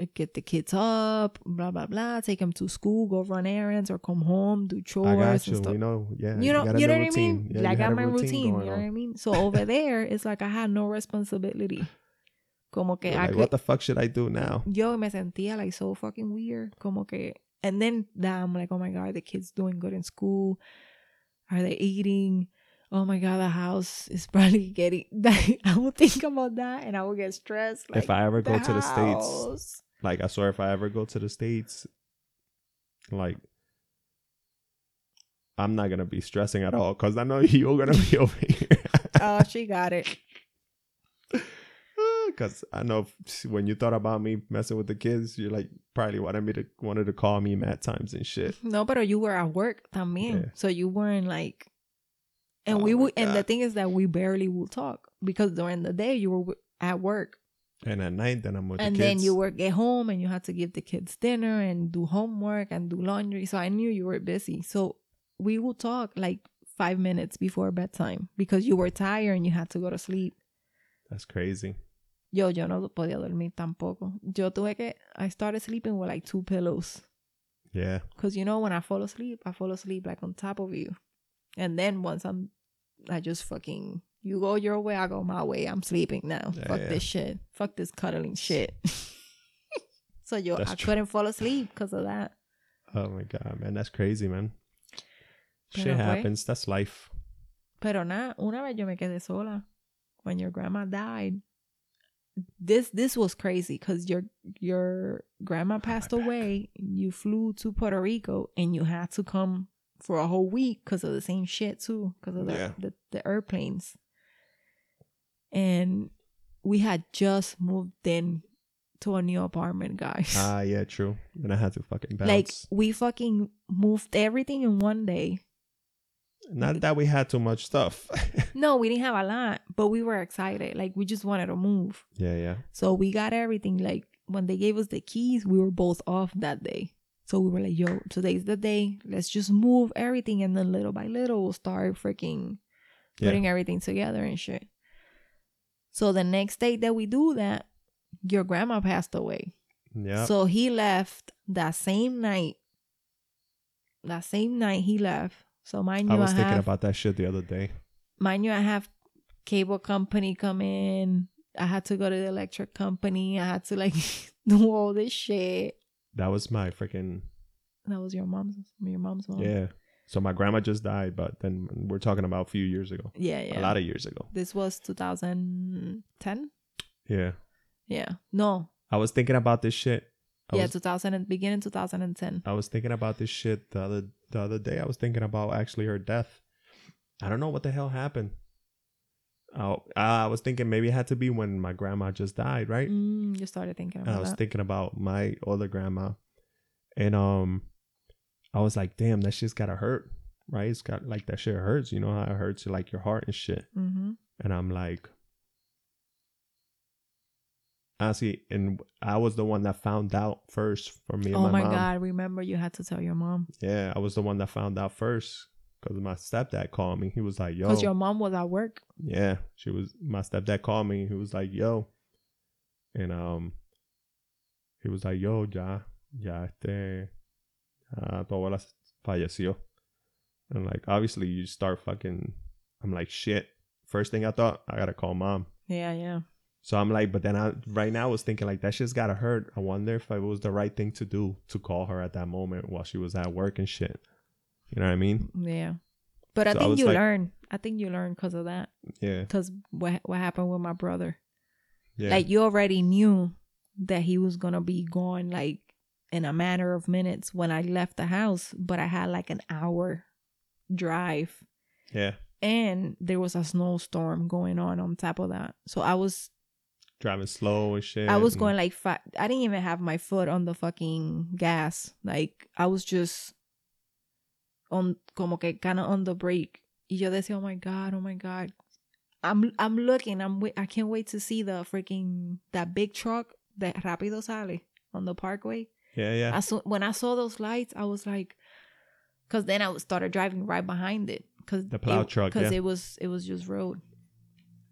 A: I Get the kids up, blah blah blah. Take them to school, go run errands, or come home, do chores
B: I
A: and
B: got you.
A: stuff.
B: We know. Yeah.
A: you know,
B: got a
A: you
B: new
A: know what I
B: routine.
A: mean.
B: Yeah,
A: like, I
B: you had
A: got
B: a
A: my routine. You know
B: going
A: what I
B: on.
A: mean. So over there, it's like I had no responsibility. Como que
B: You're
A: I
B: like,
A: could,
B: what the fuck should I do now?
A: yo me sentía like so fucking weird. Como que, and then that I'm like, oh my god, the kids doing good in school. Are they eating? Oh my god, the house is probably getting. I would think about that, and I would get stressed. Like,
B: if I ever go to the states,
A: house.
B: like I swear, if I ever go to the states, like I'm not gonna be stressing at all because I know you're gonna be over here.
A: Oh, she got it.
B: Because I know f- when you thought about me messing with the kids, you like probably wanted me to wanted to call me mad times and shit.
A: No, but you were at work también.
B: Yeah.
A: So you weren't like and
B: Oh
A: we
B: my
A: would and the
B: God.
A: thing is that we barely will talk because during the day you were w- at work
B: And at night, then I'm with
A: and
B: the kids.
A: then you were get home and you had to give the kids dinner and do homework and do laundry. So I knew you were busy. So we would talk like 5 minutes before bedtime because you were tired and you had to go to sleep.
B: That's crazy.
A: Yo yo no podía dormir tampoco. Yo tuve que I started sleeping with like two pillows.
B: Yeah.
A: Because you know, when I fall asleep, I fall asleep like on top of you. And then once I'm, I just fucking, you go your way, I go my way. I'm sleeping now.
B: Yeah,
A: Fuck
B: yeah.
A: this shit. Fuck this cuddling shit. so yo,
B: That's
A: I
B: true.
A: couldn't fall asleep because of that.
B: Oh my god, man, that's crazy, man.
A: Pero
B: Shit
A: fue-
B: happens. That's life.
A: Pero nada, una vez yo me quedé sola. When your grandma died, this this was crazy because your your grandma passed
B: back.
A: away. You flew to Puerto Rico and you had to come for a whole week because of the same shit too, because of the,
B: Yeah.
A: the the airplanes. And we had just moved in to a new apartment, guys.
B: Ah, yeah, true. Then I had to fucking bounce.
A: like we fucking moved everything in one day.
B: Not that we had too much stuff.
A: No, we didn't have a lot, but we were excited. Like we just wanted to move.
B: yeah, yeah.
A: So we got everything. Like when they gave us the keys, we were both off that day. So we were like, yo, today's the day. Let's just move everything and then little by little we'll start freaking
B: Yeah.
A: putting everything together and shit. So the next day that we do that, your grandma passed away.
B: Yeah.
A: So he left that same night. That same night he left. So mind you,
B: I was
A: I
B: thinking
A: have-
B: about that shit the other day.
A: mind you, I have cable company come in. I had to go to the electric company. I had to like do all this shit.
B: That was my freaking
A: That was your mom's your mom's mom.
B: yeah. So my grandma just died, but then we're talking about a few years ago,
A: Yeah, yeah.
B: a lot of years ago.
A: this was 2010?
B: Yeah,
A: Yeah. No.
B: I was thinking about this shit. I
A: yeah,
B: was,
A: 2000 and beginning 2010.
B: I was thinking about this shit the other the other day. I was thinking about actually her death. I don't know what the hell happened. Oh, I was thinking maybe it had to be when my grandma just died, right?
A: Mm, you started thinking
B: and I
A: about
B: was
A: that.
B: thinking about my older grandma, and um, I was like, damn, that shit's gotta hurt, right? It's got like that shit hurts. You know how it hurts like your heart and shit.
A: mm-hmm.
B: And I'm like, honestly, and I was the one that found out first from me and
A: Oh
B: my,
A: my
B: mom.
A: god, remember you had to tell your mom
B: Yeah, I was the one that found out first because my stepdad called me. He was like, yo,
A: cuz your mom was at work.
B: yeah, she was. My stepdad called me. He was like, "Yo," and um, he was like, "Yo, ya, ya, este, uh, tu abuela falleció." And like, obviously, you start fucking. I'm like, shit. First thing I thought, I gotta call mom.
A: Yeah, yeah.
B: So I'm like, but then I right now I was thinking like that shit's gotta hurt. I wonder if it was the right thing to do to call her at that moment while she was at work and shit. You know what I mean?
A: Yeah. But I
B: So I
A: think
B: was
A: you
B: like-
A: learn. I think you learn cuz of that
B: Yeah.
A: cuz what what happened with my brother.
B: Yeah.
A: Like you already knew that he was gonna be gone like in a matter of minutes when I left the house, but I had like an hour drive
B: yeah.
A: and there was a snowstorm going on on top of that. So I was
B: Driving slow and shit.
A: I was
B: and-
A: going like five I didn't even have my foot on the fucking gas. Like I was just on como que kinda on the brake. Y yo decía, oh my god, oh my god. I'm I'm looking. I'm wait, I can't wait to see the freaking that big truck that Rápido sale on the parkway.
B: Yeah, yeah.
A: I saw when I saw those lights, I was like, because then I was- started driving right behind it because
B: The plow truck,
A: because
B: yeah.
A: it was it was just road.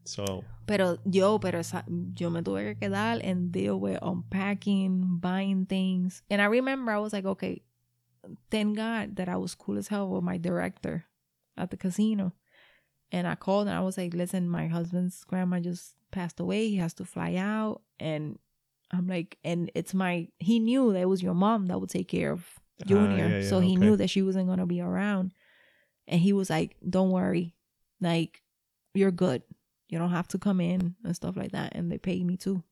B: So
A: Pero yo, pero esa, yo me tuve que quedar and deal with unpacking, buying things. And I remember I was like, okay, thank God that I was cool as hell with my director at the casino. And I called and I was like, listen, my husband's grandma just passed away. He has to fly out. And I'm like, and it's my, he knew that it was your mom that would take care of Junior.
B: Ah, yeah, yeah,
A: so he
B: okay.
A: knew that she wasn't going to be around. And he was like, don't worry. Like, you're good. You don't have to come in and stuff like that. And they paid me too.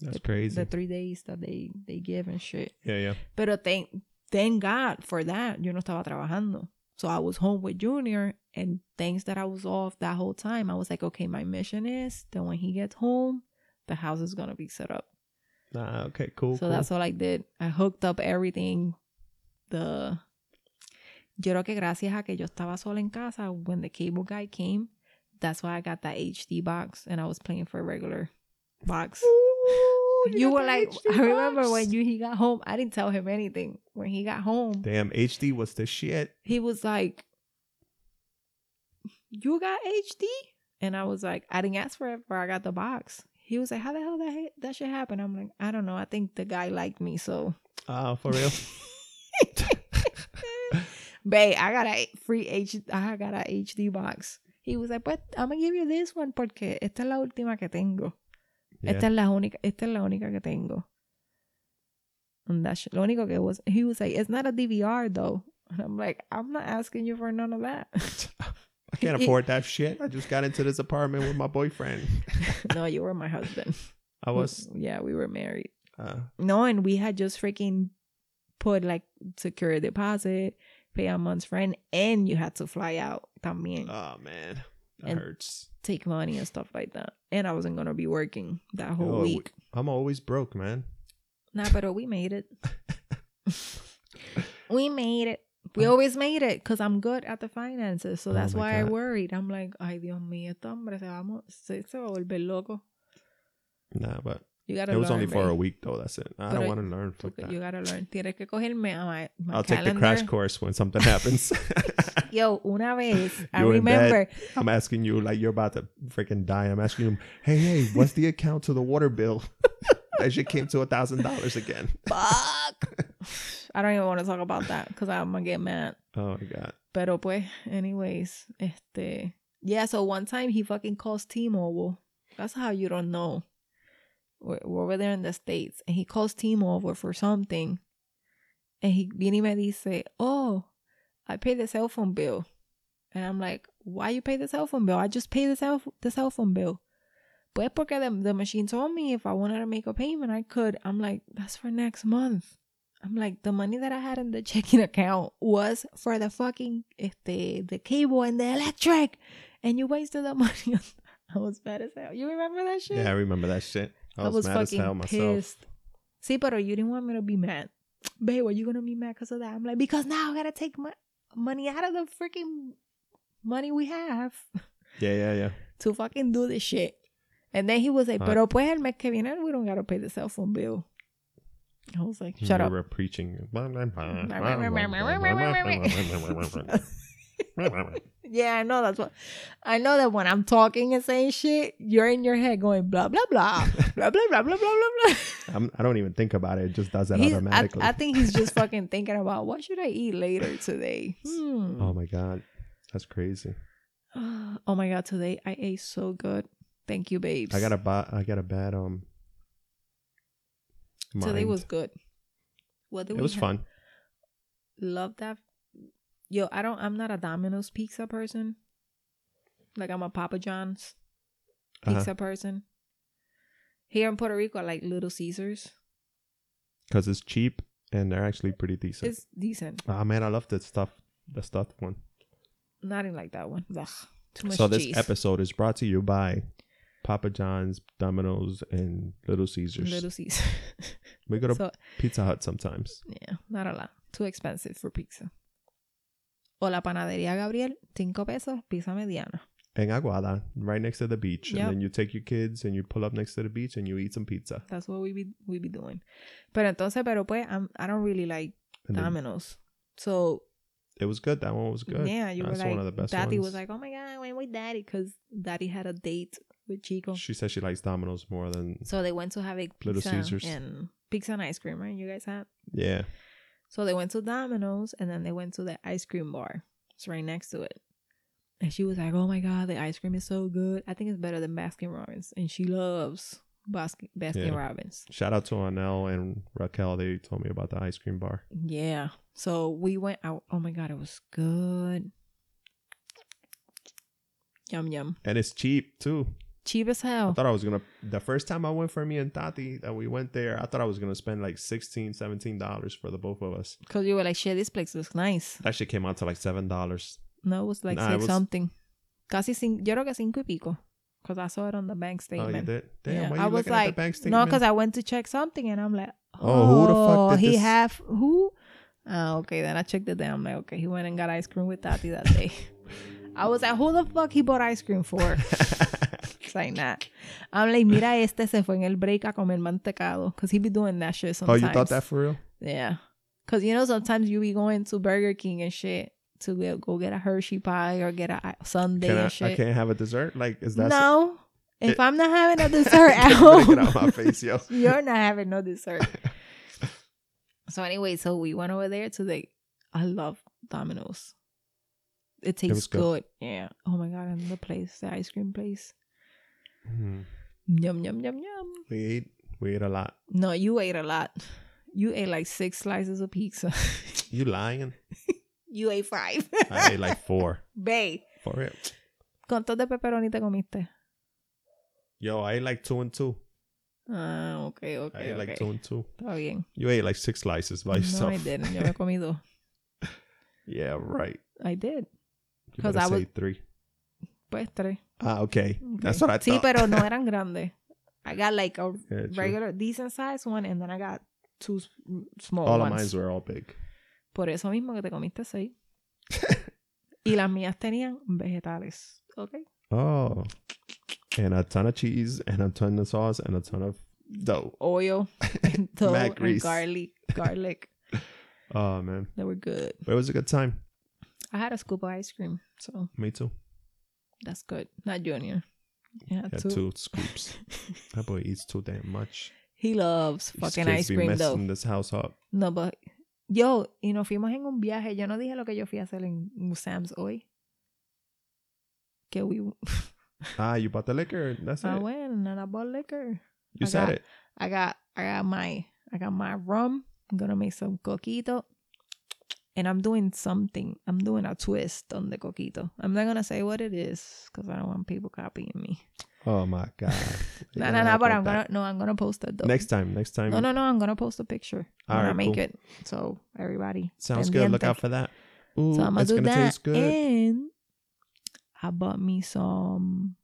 B: That's
A: the-
B: crazy.
A: The three days that they, they give and shit.
B: yeah, yeah.
A: Pero thank, thank God for that. Yo no estaba trabajando. So I was home with Junior. And thanks that I was off that whole time, I was like, okay, my mission is that when he gets home, the house is going to be set up.
B: Nah, okay, cool.
A: So
B: cool.
A: that's all I did. I hooked up everything. The yo creo que gracias a que yo estaba sola en casa when the cable guy came, that's why I got that HD box and I was playing for a regular box.
B: Ooh,
A: you
B: got
A: were
B: the
A: like,
B: HD
A: I remember
B: box.
A: when you he got home. I didn't tell him anything. When he got home,
B: Damn, HD was the shit.
A: he was like, "You got HD?" And I was like, "I didn't ask for it, but I got the box." He was like, "How the hell that ha- that shit happened?" I'm like, "I don't know. I
B: uh,
A: think the guy liked me, so."
B: Ah, for real.
A: babe, I got a free H, I got a HD box. He was like, but I'm gonna give you this one porque esta es la última que tengo.
B: Yeah.
A: Esta es la única, esta es la única que tengo. And that shit, lo único que was, he was like, it's not a DVR though. And I'm like, I'm not asking you for none of that.
B: I can't
A: It-
B: afford that shit. I just got into this apartment with my boyfriend.
A: no, you were my husband.
B: I was
A: Yeah, we were married.
B: uh,
A: No, and we had just freaking put like secure deposit, pay a month's rent, and you had to fly out también,
B: oh man. That
A: And-
B: hurts.
A: take money and stuff like that. And I wasn't gonna be working that whole
B: Oh, we-
A: week.
B: I'm always broke, man.
A: Nah, but we made it. we made it. We always made it because I'm good at the finances. So
B: Ah. Oh
A: that's
B: my
A: why I
B: God.
A: worried. I'm like, ay, Dios mío, este hombre se va, a mo- se, se va a volver loco.
B: Nah, but
A: You gotta
B: it was
A: learn,
B: only for a
A: babe. week.
B: week though. That's it. I
A: But
B: don't
A: I-
B: want to learn from that.
A: You gotta learn. Tienes que cogerme a my, my
B: I'll take the
A: calendar.
B: crash course when something happens.
A: Yo, una vez, I
B: You in bed.
A: remember.
B: I'm asking you like you're about to freaking die. I'm asking you, hey, hey, what's the account to the water bill? that shit came to a thousand dollars again.
A: Fuck. I don't even want to talk about that because I'm gonna get mad.
B: Oh my god.
A: Pero pues, anyways, este. Yeah, so one time he fucking calls T Mobile. That's how you don't know. We're, we're over there in the States. And he calls T Mobile for something. And he viene y me dice, Oh, I paid the cell phone bill. And I'm like, Why you pay the cell phone bill? I just pay the cell, the cell phone bill. Pues porque the, the machine told me if I wanted to make a payment, I could. I'm like, That's for next month. I'm like, the money that I had in the checking account was for the fucking este, the cable and the electric, and you wasted that money. on that." I was mad as hell. You remember that shit?
B: Yeah, I remember that shit. I was, mad as hell myself.
A: See, pero you didn't want me to be mad, babe. Were you gonna be mad because of that? I'm like, because now I gotta take my money out of the freaking money we have
B: Yeah, yeah, yeah.
A: to fucking do this shit. And then he was like,
B: Ah.
A: pero pues el mes que viene we don't gotta pay the cell phone bill. I was like, shut
B: you
A: up.
B: were preaching.
A: Yeah, I know that's what I know that when I'm talking and saying shit, you're in your head going blah blah blah blah blah blah blah blah blah
B: I'm, I don't even think about it. It just does
A: blah.
B: that
A: He's- I,
B: automatically.
A: I think he's just fucking thinking about what should I eat later today. Hmm.
B: oh my god, that's crazy.
A: Oh my god, today I ate so good. Thank you, babes.
B: I got a ba- I got a bad um.
A: today
B: mind.
A: was good. What did
B: it
A: we
B: was
A: have?
B: fun.
A: Love that. Yo, I don't. I'm not a Domino's pizza person. Like I'm a Papa John's
B: Because
A: pizza person. Here in Puerto Rico, I like Little Caesars.
B: it's cheap and they're actually pretty decent.
A: It's decent.
B: Ah man, I love the stuff. The stuff one.
A: Not in like that one. Ugh, too much
B: So this
A: cheese.
B: episode is brought to you by Papa John's, Domino's, and Little Caesars.
A: Little Caesars.
B: we go to
A: so
B: Pizza Hut sometimes.
A: yeah, not a lot. Too expensive for pizza. O la panadería Gabriel, cinco pesos, pizza mediana.
B: In Aguada, right next to the beach,
A: Yep.
B: and then you take your kids and you pull up next to the beach and you eat some pizza.
A: That's what we be we be doing. Pero entonces, pero pues, I'm, I don't really like
B: And then
A: Domino's. So
B: it was good. That one was good.
A: yeah, you
B: That's
A: were like,
B: one of the best
A: Daddy was
B: ones.
A: like, oh my god, I went with Daddy because Daddy had a date with Chico.
B: She said she likes Domino's more than
A: So they went to have a pizza
B: Little Caesars.
A: and pizza and ice cream, right? You guys had.
B: yeah.
A: So they went to Domino's and then they went to the ice cream bar. It's right next to it. And she was like, Oh my god, the ice cream is so good. I think it's better than Baskin Robbins. And she loves Baskin, Baskin
B: Yeah.
A: Robbins.
B: Shout out to Anel and Raquel. They told me about the ice cream bar.
A: Yeah. So we went out. Oh my god, it was good. Yum yum.
B: And it's cheap too.
A: Cheap as
B: I
A: hell.
B: thought I was gonna the first time I went for me and Tati that we went there, I thought I was gonna spend like 16 dollars for the both of us.
A: Because you were like, shit, this place looks nice.
B: That shit came out to like seven dollars.
A: No, it was like
B: Nah,
A: six
B: it was-
A: something. Casi cinco, yo creo que cinco y pico. Because I saw it on the bank
B: Oh, you
A: statement.
B: did? Damn,
A: Yeah.
B: why you
A: I was
B: looking at
A: like,
B: the bank
A: No,
B: statement?
A: because I went to check something and I'm like, oh,
B: Oh, who the fuck did
A: he
B: this?"
A: have who? Ah, okay. Then I checked it. Then I'm like, okay, he went and got ice cream with Tati that day. I was like, who the fuck he bought ice cream for? it's like that. I'm like, mira, este se fue en el break a comer mantecado, cause he be doing that shit
B: oh,
A: sometimes.
B: you thought that for real?
A: Yeah, cause you know sometimes you be going to Burger King and shit to get, go get a Hershey pie or get a sundae
B: Can
A: and
B: I, I
A: shit.
B: can't have a dessert? Like, is that
A: no, if
B: It-
A: I'm not having a dessert at
B: Get
A: home,
B: it out my face, yo.
A: You're not having no dessert. so anyway, so we went over there to the I love Domino's. It
B: was
A: tastes
B: good.
A: good. Yeah. Oh my god, another place, the ice cream place.
B: Mm.
A: Yum yum yum yum.
B: We ate. We ate a lot.
A: No, you ate a lot. You ate like six slices of pizza.
B: You lying?
A: you ate five.
B: I ate like four.
A: Babe,
B: For it.
A: ¿cuántos de pepperoni te comiste?
B: Yo, I ate like two and two.
A: Ah, ok, ok.
B: I ate like
A: ok.
B: two and two.
A: Está bien.
B: You ate like six slices by
A: No,
B: yourself.
A: I didn't. Yo me comí dos.
B: Yeah, right.
A: I did.
B: You
A: 'Cause
B: better
A: I
B: say
A: was-
B: three.
A: Pues tres.
B: Ah, okay.
A: Okay.
B: That's what I
A: Sí,
B: thought.
A: pero no eran grandes. I got like a
B: Yeah, true.
A: regular, decent size one, and then I got two s- small
B: All of
A: ones.
B: mine were all big.
A: Por eso mismo que te comiste seis. y las mías tenían vegetales. Ok.
B: Oh. And a ton of cheese and a ton of sauce and a ton of dough.
A: Oil, and dough,
B: Mac
A: and
B: grease.
A: garlic. Garlic.
B: Oh man.
A: They were good.
B: But it was a good time.
A: I had a scoop of ice cream, so
B: Me too.
A: that's good. Not Junior. Yeah,
B: Had
A: too.
B: two scoops. that boy eats too damn much.
A: He loves
B: These
A: fucking
B: kids
A: ice
B: be
A: cream though.
B: messing this house up.
A: No, but yo, y nos fuimos en un viaje. Yo no dije lo que yo fui a hacer en Sam's hoy. Que we.
B: Ah, you bought the liquor. That's
A: I
B: it.
A: went and I bought liquor. Ah, I
B: You said
A: got-
B: it.
A: I got I got my I got my rum. I'm gonna make some coquito. And I'm doing something. I'm doing a twist on the coquito. I'm not gonna say what it is because I don't want people copying me.
B: Oh my god. You're
A: No,
B: gonna
A: no, no.
B: have
A: But
B: like
A: I'm
B: that.
A: gonna no. I'm gonna post it though.
B: Next time, next time.
A: No, no, no. I'm gonna post a picture
B: All
A: when I
B: right,
A: make
B: cool.
A: it. So everybody,
B: Sounds good. Look
A: pendiente.
B: out for that. Ooh,
A: So I'm gonna
B: it's
A: do
B: gonna
A: that.
B: taste good.
A: And I bought me some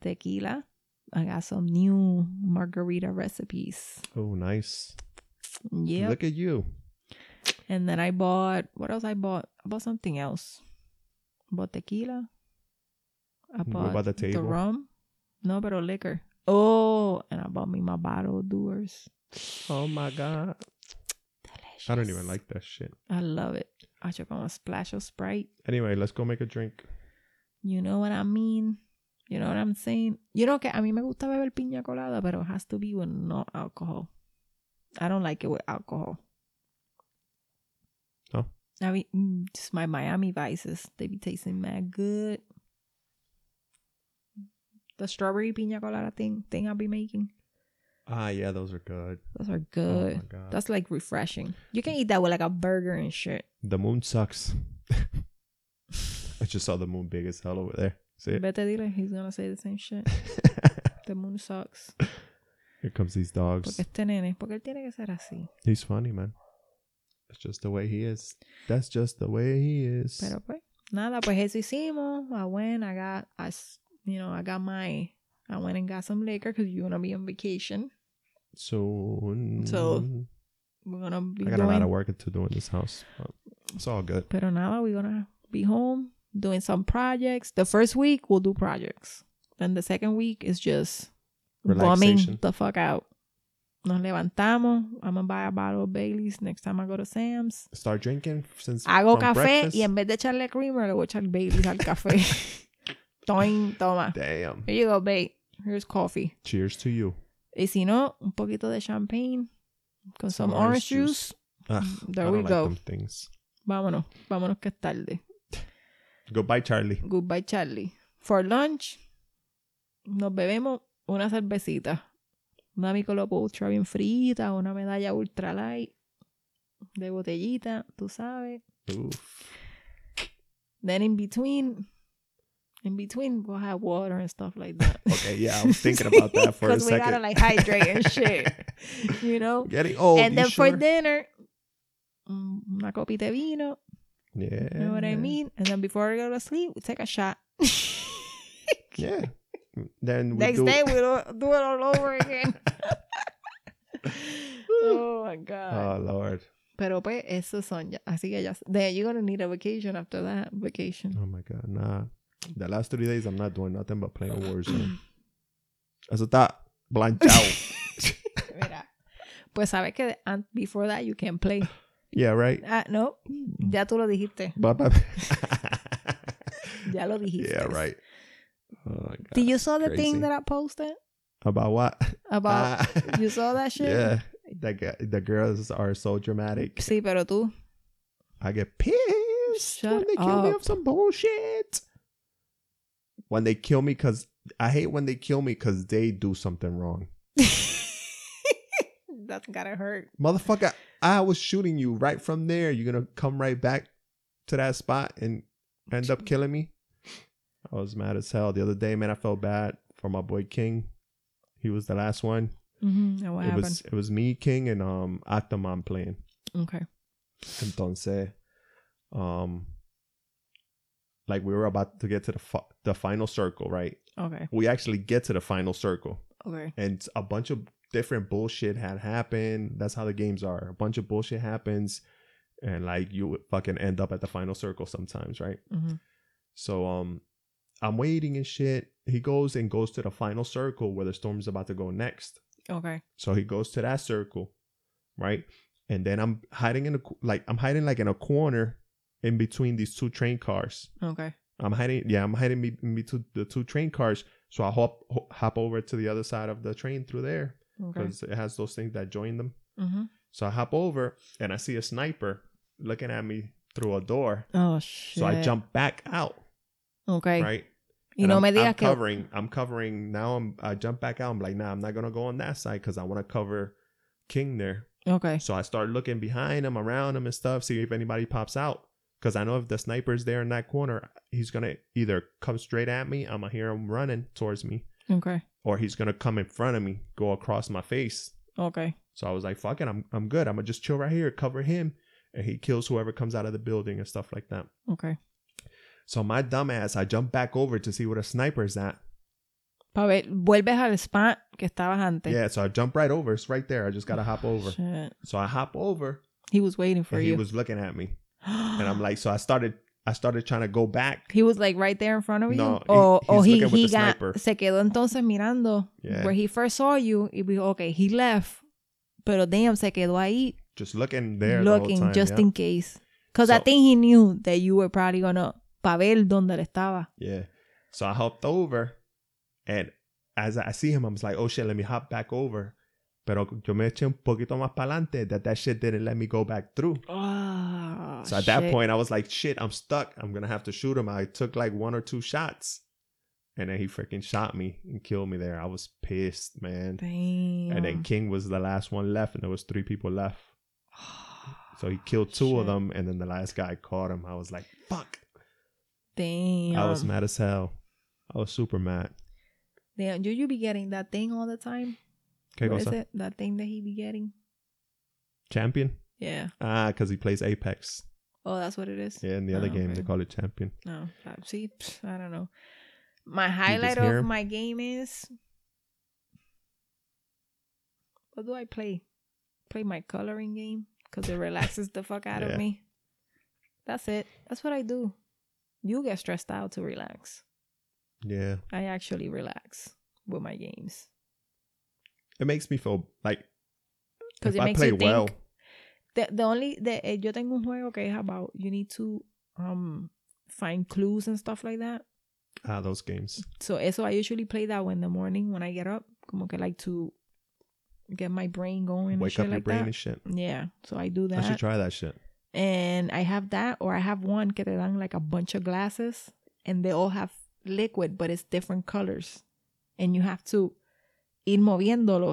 A: tequila. I got some new margarita recipes.
B: Oh, nice.
A: Yeah.
B: Look at you.
A: And then I bought what else I bought? I bought something else. bought tequila. I
B: What
A: bought
B: about the table?
A: rum. No, but liquor. Oh, and I bought me my bottle of doers.
B: Oh my god.
A: Delicious.
B: I don't even like that shit.
A: I love it. I took on a splash of Sprite.
B: Anyway, let's go make a drink.
A: You know what I mean? You know what I'm saying? You know que a mí me gusta beber piña colada, but it has to be with no alcohol. I don't like it with alcohol.
B: Oh.
A: I mean, mm, just my Miami vices. They be tasting mad good. The strawberry piña colada thing thing I'll be making.
B: Ah, yeah, those are good.
A: Those are
B: Oh my
A: good.
B: god.
A: That's like refreshing. You can eat that with like a burger and shit.
B: the moon sucks. I just saw the moon big as hell over there. See it?
A: Bet Vete dile, he's gonna say the same shit. The moon sucks.
B: Here comes these
A: Porque
B: dogs.
A: este nene, porque él tiene que ser así.
B: He's funny, man. That's just the way he is. That's just the way he is.
A: Pero pues, nada, pues eso hicimos. I went, I got, I, s- you know, I got my, I went and got some liquor because you're going to be on vacation.
B: so, mm,
A: So, We're going to be
B: I got a
A: doing,
B: lot of work to do in this house. but It's all good.
A: pero nada, we're going to be home doing some projects. The first week, we'll do projects. Then the second week is just
B: Relaxation.
A: bombing the fuck out. Nos levantamos. I'm going to buy a bottle of Bailey's next time I go to Sam's.
B: Start drinking since
A: Hago café
B: from breakfast.
A: y en vez de echarle creamer, le voy a echar Bailey's al café. Toin, toma.
B: Damn.
A: Here you go, babe. Here's coffee.
B: Cheers to you.
A: Y si no, un poquito de champagne con some, orange juice. Mm,
B: Ugh,
A: There
B: I
A: we
B: don't like
A: go.
B: them things.
A: Vámonos, vámonos que es tarde.
B: Goodbye, Charlie.
A: Goodbye, Charlie. For lunch, nos bebemos una cervecita. Una Michelob Ultra bien frita, una medalla ultra light de botellita, tú sabes.
B: Oof.
A: Then in between, in between, we'll have water and stuff like that.
B: Okay, yeah, I was thinking about that for a
A: Because we
B: second.
A: gotta like hydrate and shit, you know?
B: Getting old.
A: and
B: you
A: then
B: sure?
A: for dinner, mm, una copita de vino.
B: yeah.
A: You know what I mean? And then before we go to sleep, we take a shot.
B: Yeah. Then we
A: Next
B: do.
A: day, we'll do it all over again. oh my God.
B: Oh Lord.
A: Pero pues, esos son ya. Así que ya. Then you're going to need a vacation after that vacation.
B: Oh my God. Nah. The last three days, I'm not doing nothing but playing Warzone. Eso está blanchado.
A: Mira. Pues sabes que an- before that you can play.
B: yeah, right.
A: Ah, no.
B: Mm.
A: Ya tú lo dijiste.
B: Bye bye.
A: Ya lo dijiste.
B: yeah, right. Oh my God.
A: Did you saw the
B: Crazy.
A: thing that I posted
B: About what?
A: about?
B: Ah,
A: you saw that shit?
B: yeah. The, gu- the girls are so dramatic.
A: Sí, pero tú.
B: I get pissed. worse
A: Shut
B: when they kill me
A: up.
B: of some bullshit. When they kill me, cause I hate when they kill me, cause they do something wrong,
A: That's gotta hurt.
B: motherfucker. I was shooting you right from there. You're gonna come right back to that spot and end up killing me. I was mad as hell the other day, man. I felt bad for my boy King. He was the last one.
A: Mm-hmm. And what
B: it
A: happened?
B: was it was me, King, and um Octomom playing.
A: okay.
B: Entonces, um, like we were about to get to the fi- the final circle, right?
A: Okay.
B: We actually get to the final circle,
A: Okay.
B: and a bunch of different bullshit had happened. That's how the games are. A bunch of bullshit happens, and like you would fucking end up at the final circle sometimes, right?
A: Mm-hmm.
B: So um, I'm waiting and shit. He goes and goes to the final circle where the storm's about to go next.
A: Okay.
B: So he goes to that circle, right? And then I'm hiding in a co- like I'm hiding like in a corner in between these two train cars.
A: Okay.
B: I'm hiding, yeah, I'm hiding be- in between the two train cars. So I hop ho- hop over to the other side of the train through there
A: Okay.
B: because it has those things that join them.
A: Mm-hmm.
B: So I hop over and I see a sniper looking at me through a door.
A: Oh shit.
B: So I jump back out,
A: Okay.
B: right?
A: You
B: And
A: know,
B: I'm,
A: me
B: I'm
A: digas que.
B: covering. I'm covering. Now I'm. I jump back out. I'm like, nah, I'm not gonna go on that side because I want to cover King there.
A: Okay.
B: So I start looking behind him, around him, and stuff, see if anybody pops out. Because I know if the sniper's there in that corner, he's going to either come straight at me, I'm going to hear him running towards me,
A: Okay.
B: or he's going to come in front of me, go across my face.
A: Okay.
B: So I was like, fuck it, I'm, I'm good. I'm going to just chill right here, cover him, and he kills whoever comes out of the building and stuff like that.
A: Okay.
B: So my dumbass, I jump back over to see where the sniper's at.
A: Pa ver, vuelves al spot que estabas antes.
B: Yeah, so I jump right over. It's right there. I just got to hop over.
A: Shit.
B: So I hop over,
A: He was waiting for
B: and
A: you.
B: he was looking at me.
A: and
B: And I'm like, so I started, I started trying to go back.
A: He was like right there in front of you.
B: No, he-
A: o o
B: he's
A: he,
B: looking with
A: he
B: the
A: got
B: sniper.
A: se quedó entonces mirando
B: Yeah.
A: where he first saw you y dijo, okay, he left. Pero damn, se quedó ahí
B: just looking there the
A: looking
B: whole time,
A: just
B: yeah.
A: in case. Cause I
B: So-
A: think he knew that you were probably gonna pa ver donde él estaba.
B: yeah so i hopped over and as i see him i'm just like oh shit let me hop back over pero yo me eché un poquito más pa'lante that that shit didn't let me go back through
A: Oh,
B: so at that point i was like Ah, shit i'm stuck i'm gonna have to shoot him i took like one or two shots and then he freaking shot me and killed me there i was pissed man
A: damn.
B: and then king was the last one left and there was three people left so he killed two
A: Shit.
B: of them and then the last guy caught him i was like fuck
A: damn.
B: i was mad as hell i was super mad
A: Damn, do you be getting that thing all the time?
B: ¿Qué
A: What is
B: cosa?
A: it? That thing that he be getting?
B: Champion?
A: Yeah.
B: Ah, because he plays Apex.
A: Oh, that's what it is.
B: Yeah, in the other
A: Oh,
B: game they
A: okay.
B: call it Champion.
A: No, I- see, pff, I don't know. My highlight
B: hear
A: of
B: 'em?
A: my game is what do I play? Play my coloring game because it relaxes the fuck out
B: Yeah.
A: of me. That's it. That's what I do. You get stressed out to relax.
B: Yeah,
A: I actually relax with my games
B: it makes me feel like
A: because
B: if
A: it
B: I
A: makes
B: play
A: you think.
B: well,
A: The, the only the eh, yo tengo un juego que es about you need to um find clues and stuff like that.
B: ah, those games.
A: So eso I usually play that one in the morning when I get up, como que like to get my brain going. and
B: Wake
A: shit
B: up your
A: like
B: brain
A: that.
B: and shit.
A: Yeah, so I do
B: I should
A: that,
B: try that shit.
A: and I have that, or I have one que te dan like a bunch of glasses, and they all have liquid, but it's different colors, and you have to ir moviéndolo,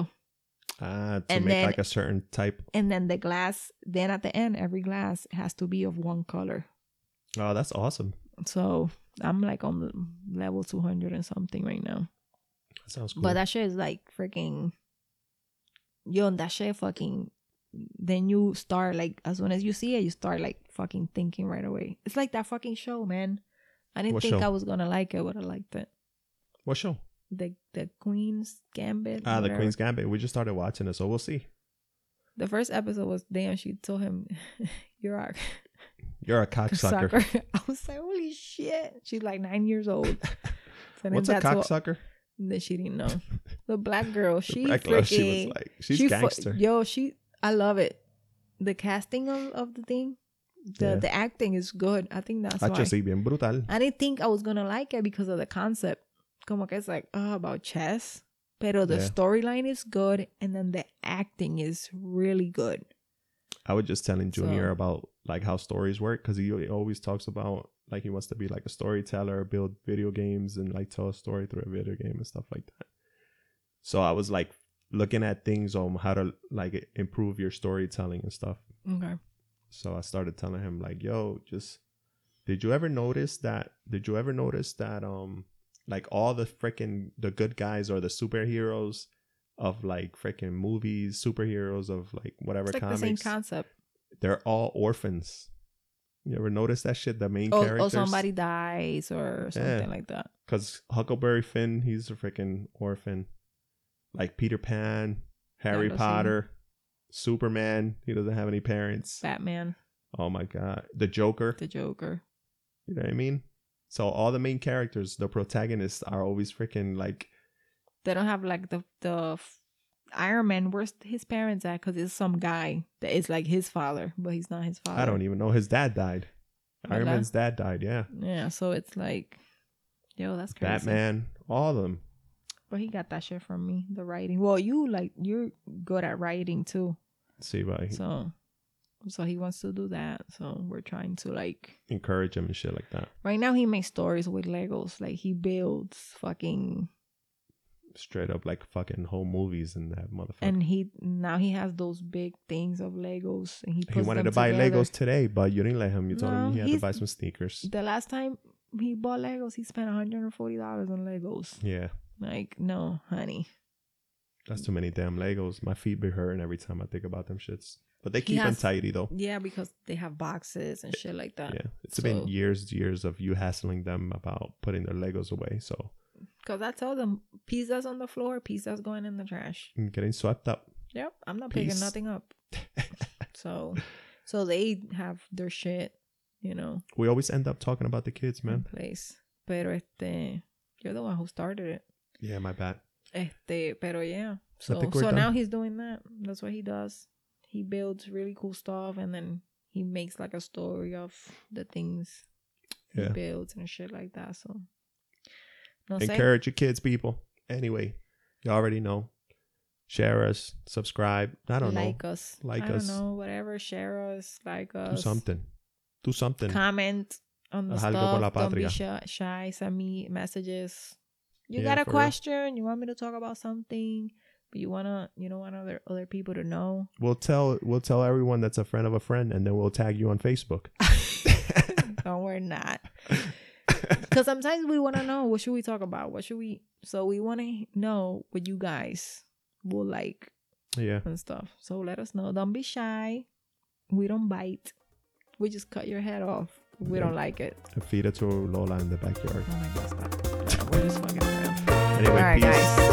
B: Ah, to
A: And
B: make
A: then-
B: like a certain type.
A: and then the glass, then at the end, every glass has to be of one color.
B: Oh, that's awesome.
A: So I'm like on level two hundred and something right now.
B: That sounds cool.
A: But that shit is like freaking. Yo, that shit fucking. Then you start like as soon as you see it, you start like fucking thinking right away. It's like that fucking show, man. I didn't
B: What
A: think
B: show?
A: I was gonna like it, but I liked it.
B: what show?
A: The the Queen's Gambit.
B: Ah, the
A: whatever.
B: Queen's Gambit. We just started watching it, so we'll see.
A: The first episode was damn. She told him, "You're our
B: You're a cocksucker.
A: cocksucker." I was like, "Holy shit!" She's like nine years old. So then
B: What's a
A: that's what-
B: cocksucker?
A: That she didn't know. The black girl.
B: The
A: She
B: black
A: freaking.
B: girl, she was like, she's
A: she fu-
B: gangster.
A: yo, she I love it. The casting of, of the thing, the
B: Yeah.
A: the acting is good. I think that's
B: Ah,
A: why.
B: yo soy bien brutal.
A: I didn't think I was gonna like it because of the concept. Como que it's like oh, about chess, pero the
B: Yeah.
A: storyline is good, and then the acting is really good.
B: I was just telling
A: So-
B: Junior about like how stories work because he al- always talks about like he wants to be like a storyteller, build video games, and like tell a story through a video game and stuff like that. So I was like looking at things on how to like improve your storytelling and stuff.
A: Okay.
B: So I started telling him like, "Yo, just did you ever notice that? Did you ever notice that? Um, like all the freaking the good guys or the superheroes of like freaking movies, superheroes of like whatever
A: It's like
B: comics,
A: the same concept.
B: they're all orphans. You ever notice that shit? The main
A: Or, or
B: characters,
A: somebody dies or something
B: Yeah.
A: like that.
B: because Huckleberry Finn, he's a freaking orphan. Like Peter Pan, Harry
A: no, same.
B: Potter, Superman, he doesn't have any parents.
A: Batman,
B: Oh my god, the Joker.
A: the Joker.
B: You know what I mean? So all the main characters, the protagonists, are always freaking like
A: They don't have like the the f- Iron Man. Where's his parents at? Because it's some guy that is like his father, but he's not his father.
B: I don't even know. His dad died. Iron
A: Really?
B: Man's dad died. Yeah.
A: Yeah, so it's like, yo, that's crazy.
B: e-, Batman. All of them.
A: But he got that shit from me, the writing. Well, you like you're good at writing too,
B: See, but I
A: so so he wants to do that. So we're trying to like
B: encourage him and shit like that.
A: right now he makes stories with Legos. Like he builds fucking
B: Straight up like fucking whole movies and that motherfucker.
A: and he now he has those big things of Legos and he puts
B: he wanted to
A: them
B: buy
A: together.
B: Legos today, but you didn't let him. You told
A: No,
B: him he had to
A: he's-
B: buy some sneakers.
A: The last time he bought Legos, he spent one hundred and forty dollars on Legos.
B: Yeah.
A: Like no, honey.
B: That's too many damn Legos. My feet be hurting every time I think about them shits. But they
A: He
B: keep them
A: has-
B: tidy though.
A: Yeah, because they have boxes and shit like that.
B: Yeah. it's been
A: so-
B: years, years of you hassling them about putting their Legos away. So
A: Because I tell them pizza's on the floor, pizza's going in the trash.
B: I'm mm, getting swept up.
A: Yep, I'm not
B: Peace.
A: picking nothing up. so, so they have their shit, you know,
B: We always end up talking about the kids,
A: in
B: man.
A: place. Pero este, you're the one who started it.
B: Yeah, my bad.
A: Este, pero yeah.
B: So I
A: So,
B: think we're
A: so now
B: done.
A: he's doing that. That's what he does. He builds really cool stuff, and then he makes like a story of the things he
B: Yeah.
A: builds and shit like that. So, no sé.
B: Encourage your kids, people. Anyway, you already know. Share us, subscribe. I don't
A: like us.
B: Like
A: I
B: us.
A: don't know, whatever. Share us, like
B: know.
A: us.
B: Do something. Do something.
A: Comment on the
B: Haz algo por la
A: stuff. Don't be
B: patria.
A: shy, shy. Send me messages. You got
B: Yeah, for
A: a
B: real.
A: question? You want me to talk about something? But you wanna, you don't want other other people to know.
B: We'll tell we'll tell everyone that's a friend of a friend and then we'll tag you on Facebook.
A: no, we're not. Because sometimes we want to know what should we talk about. What should we? So we want to know what you guys will like
B: yeah.
A: and stuff. So let us know. Don't be shy. We don't bite. We just cut your head off. We don't like it.
B: And feed it to Lola in the backyard.
A: Oh my god, stop. We're just fucking around.
B: Anyway,
A: All right,
B: peace.
A: guys.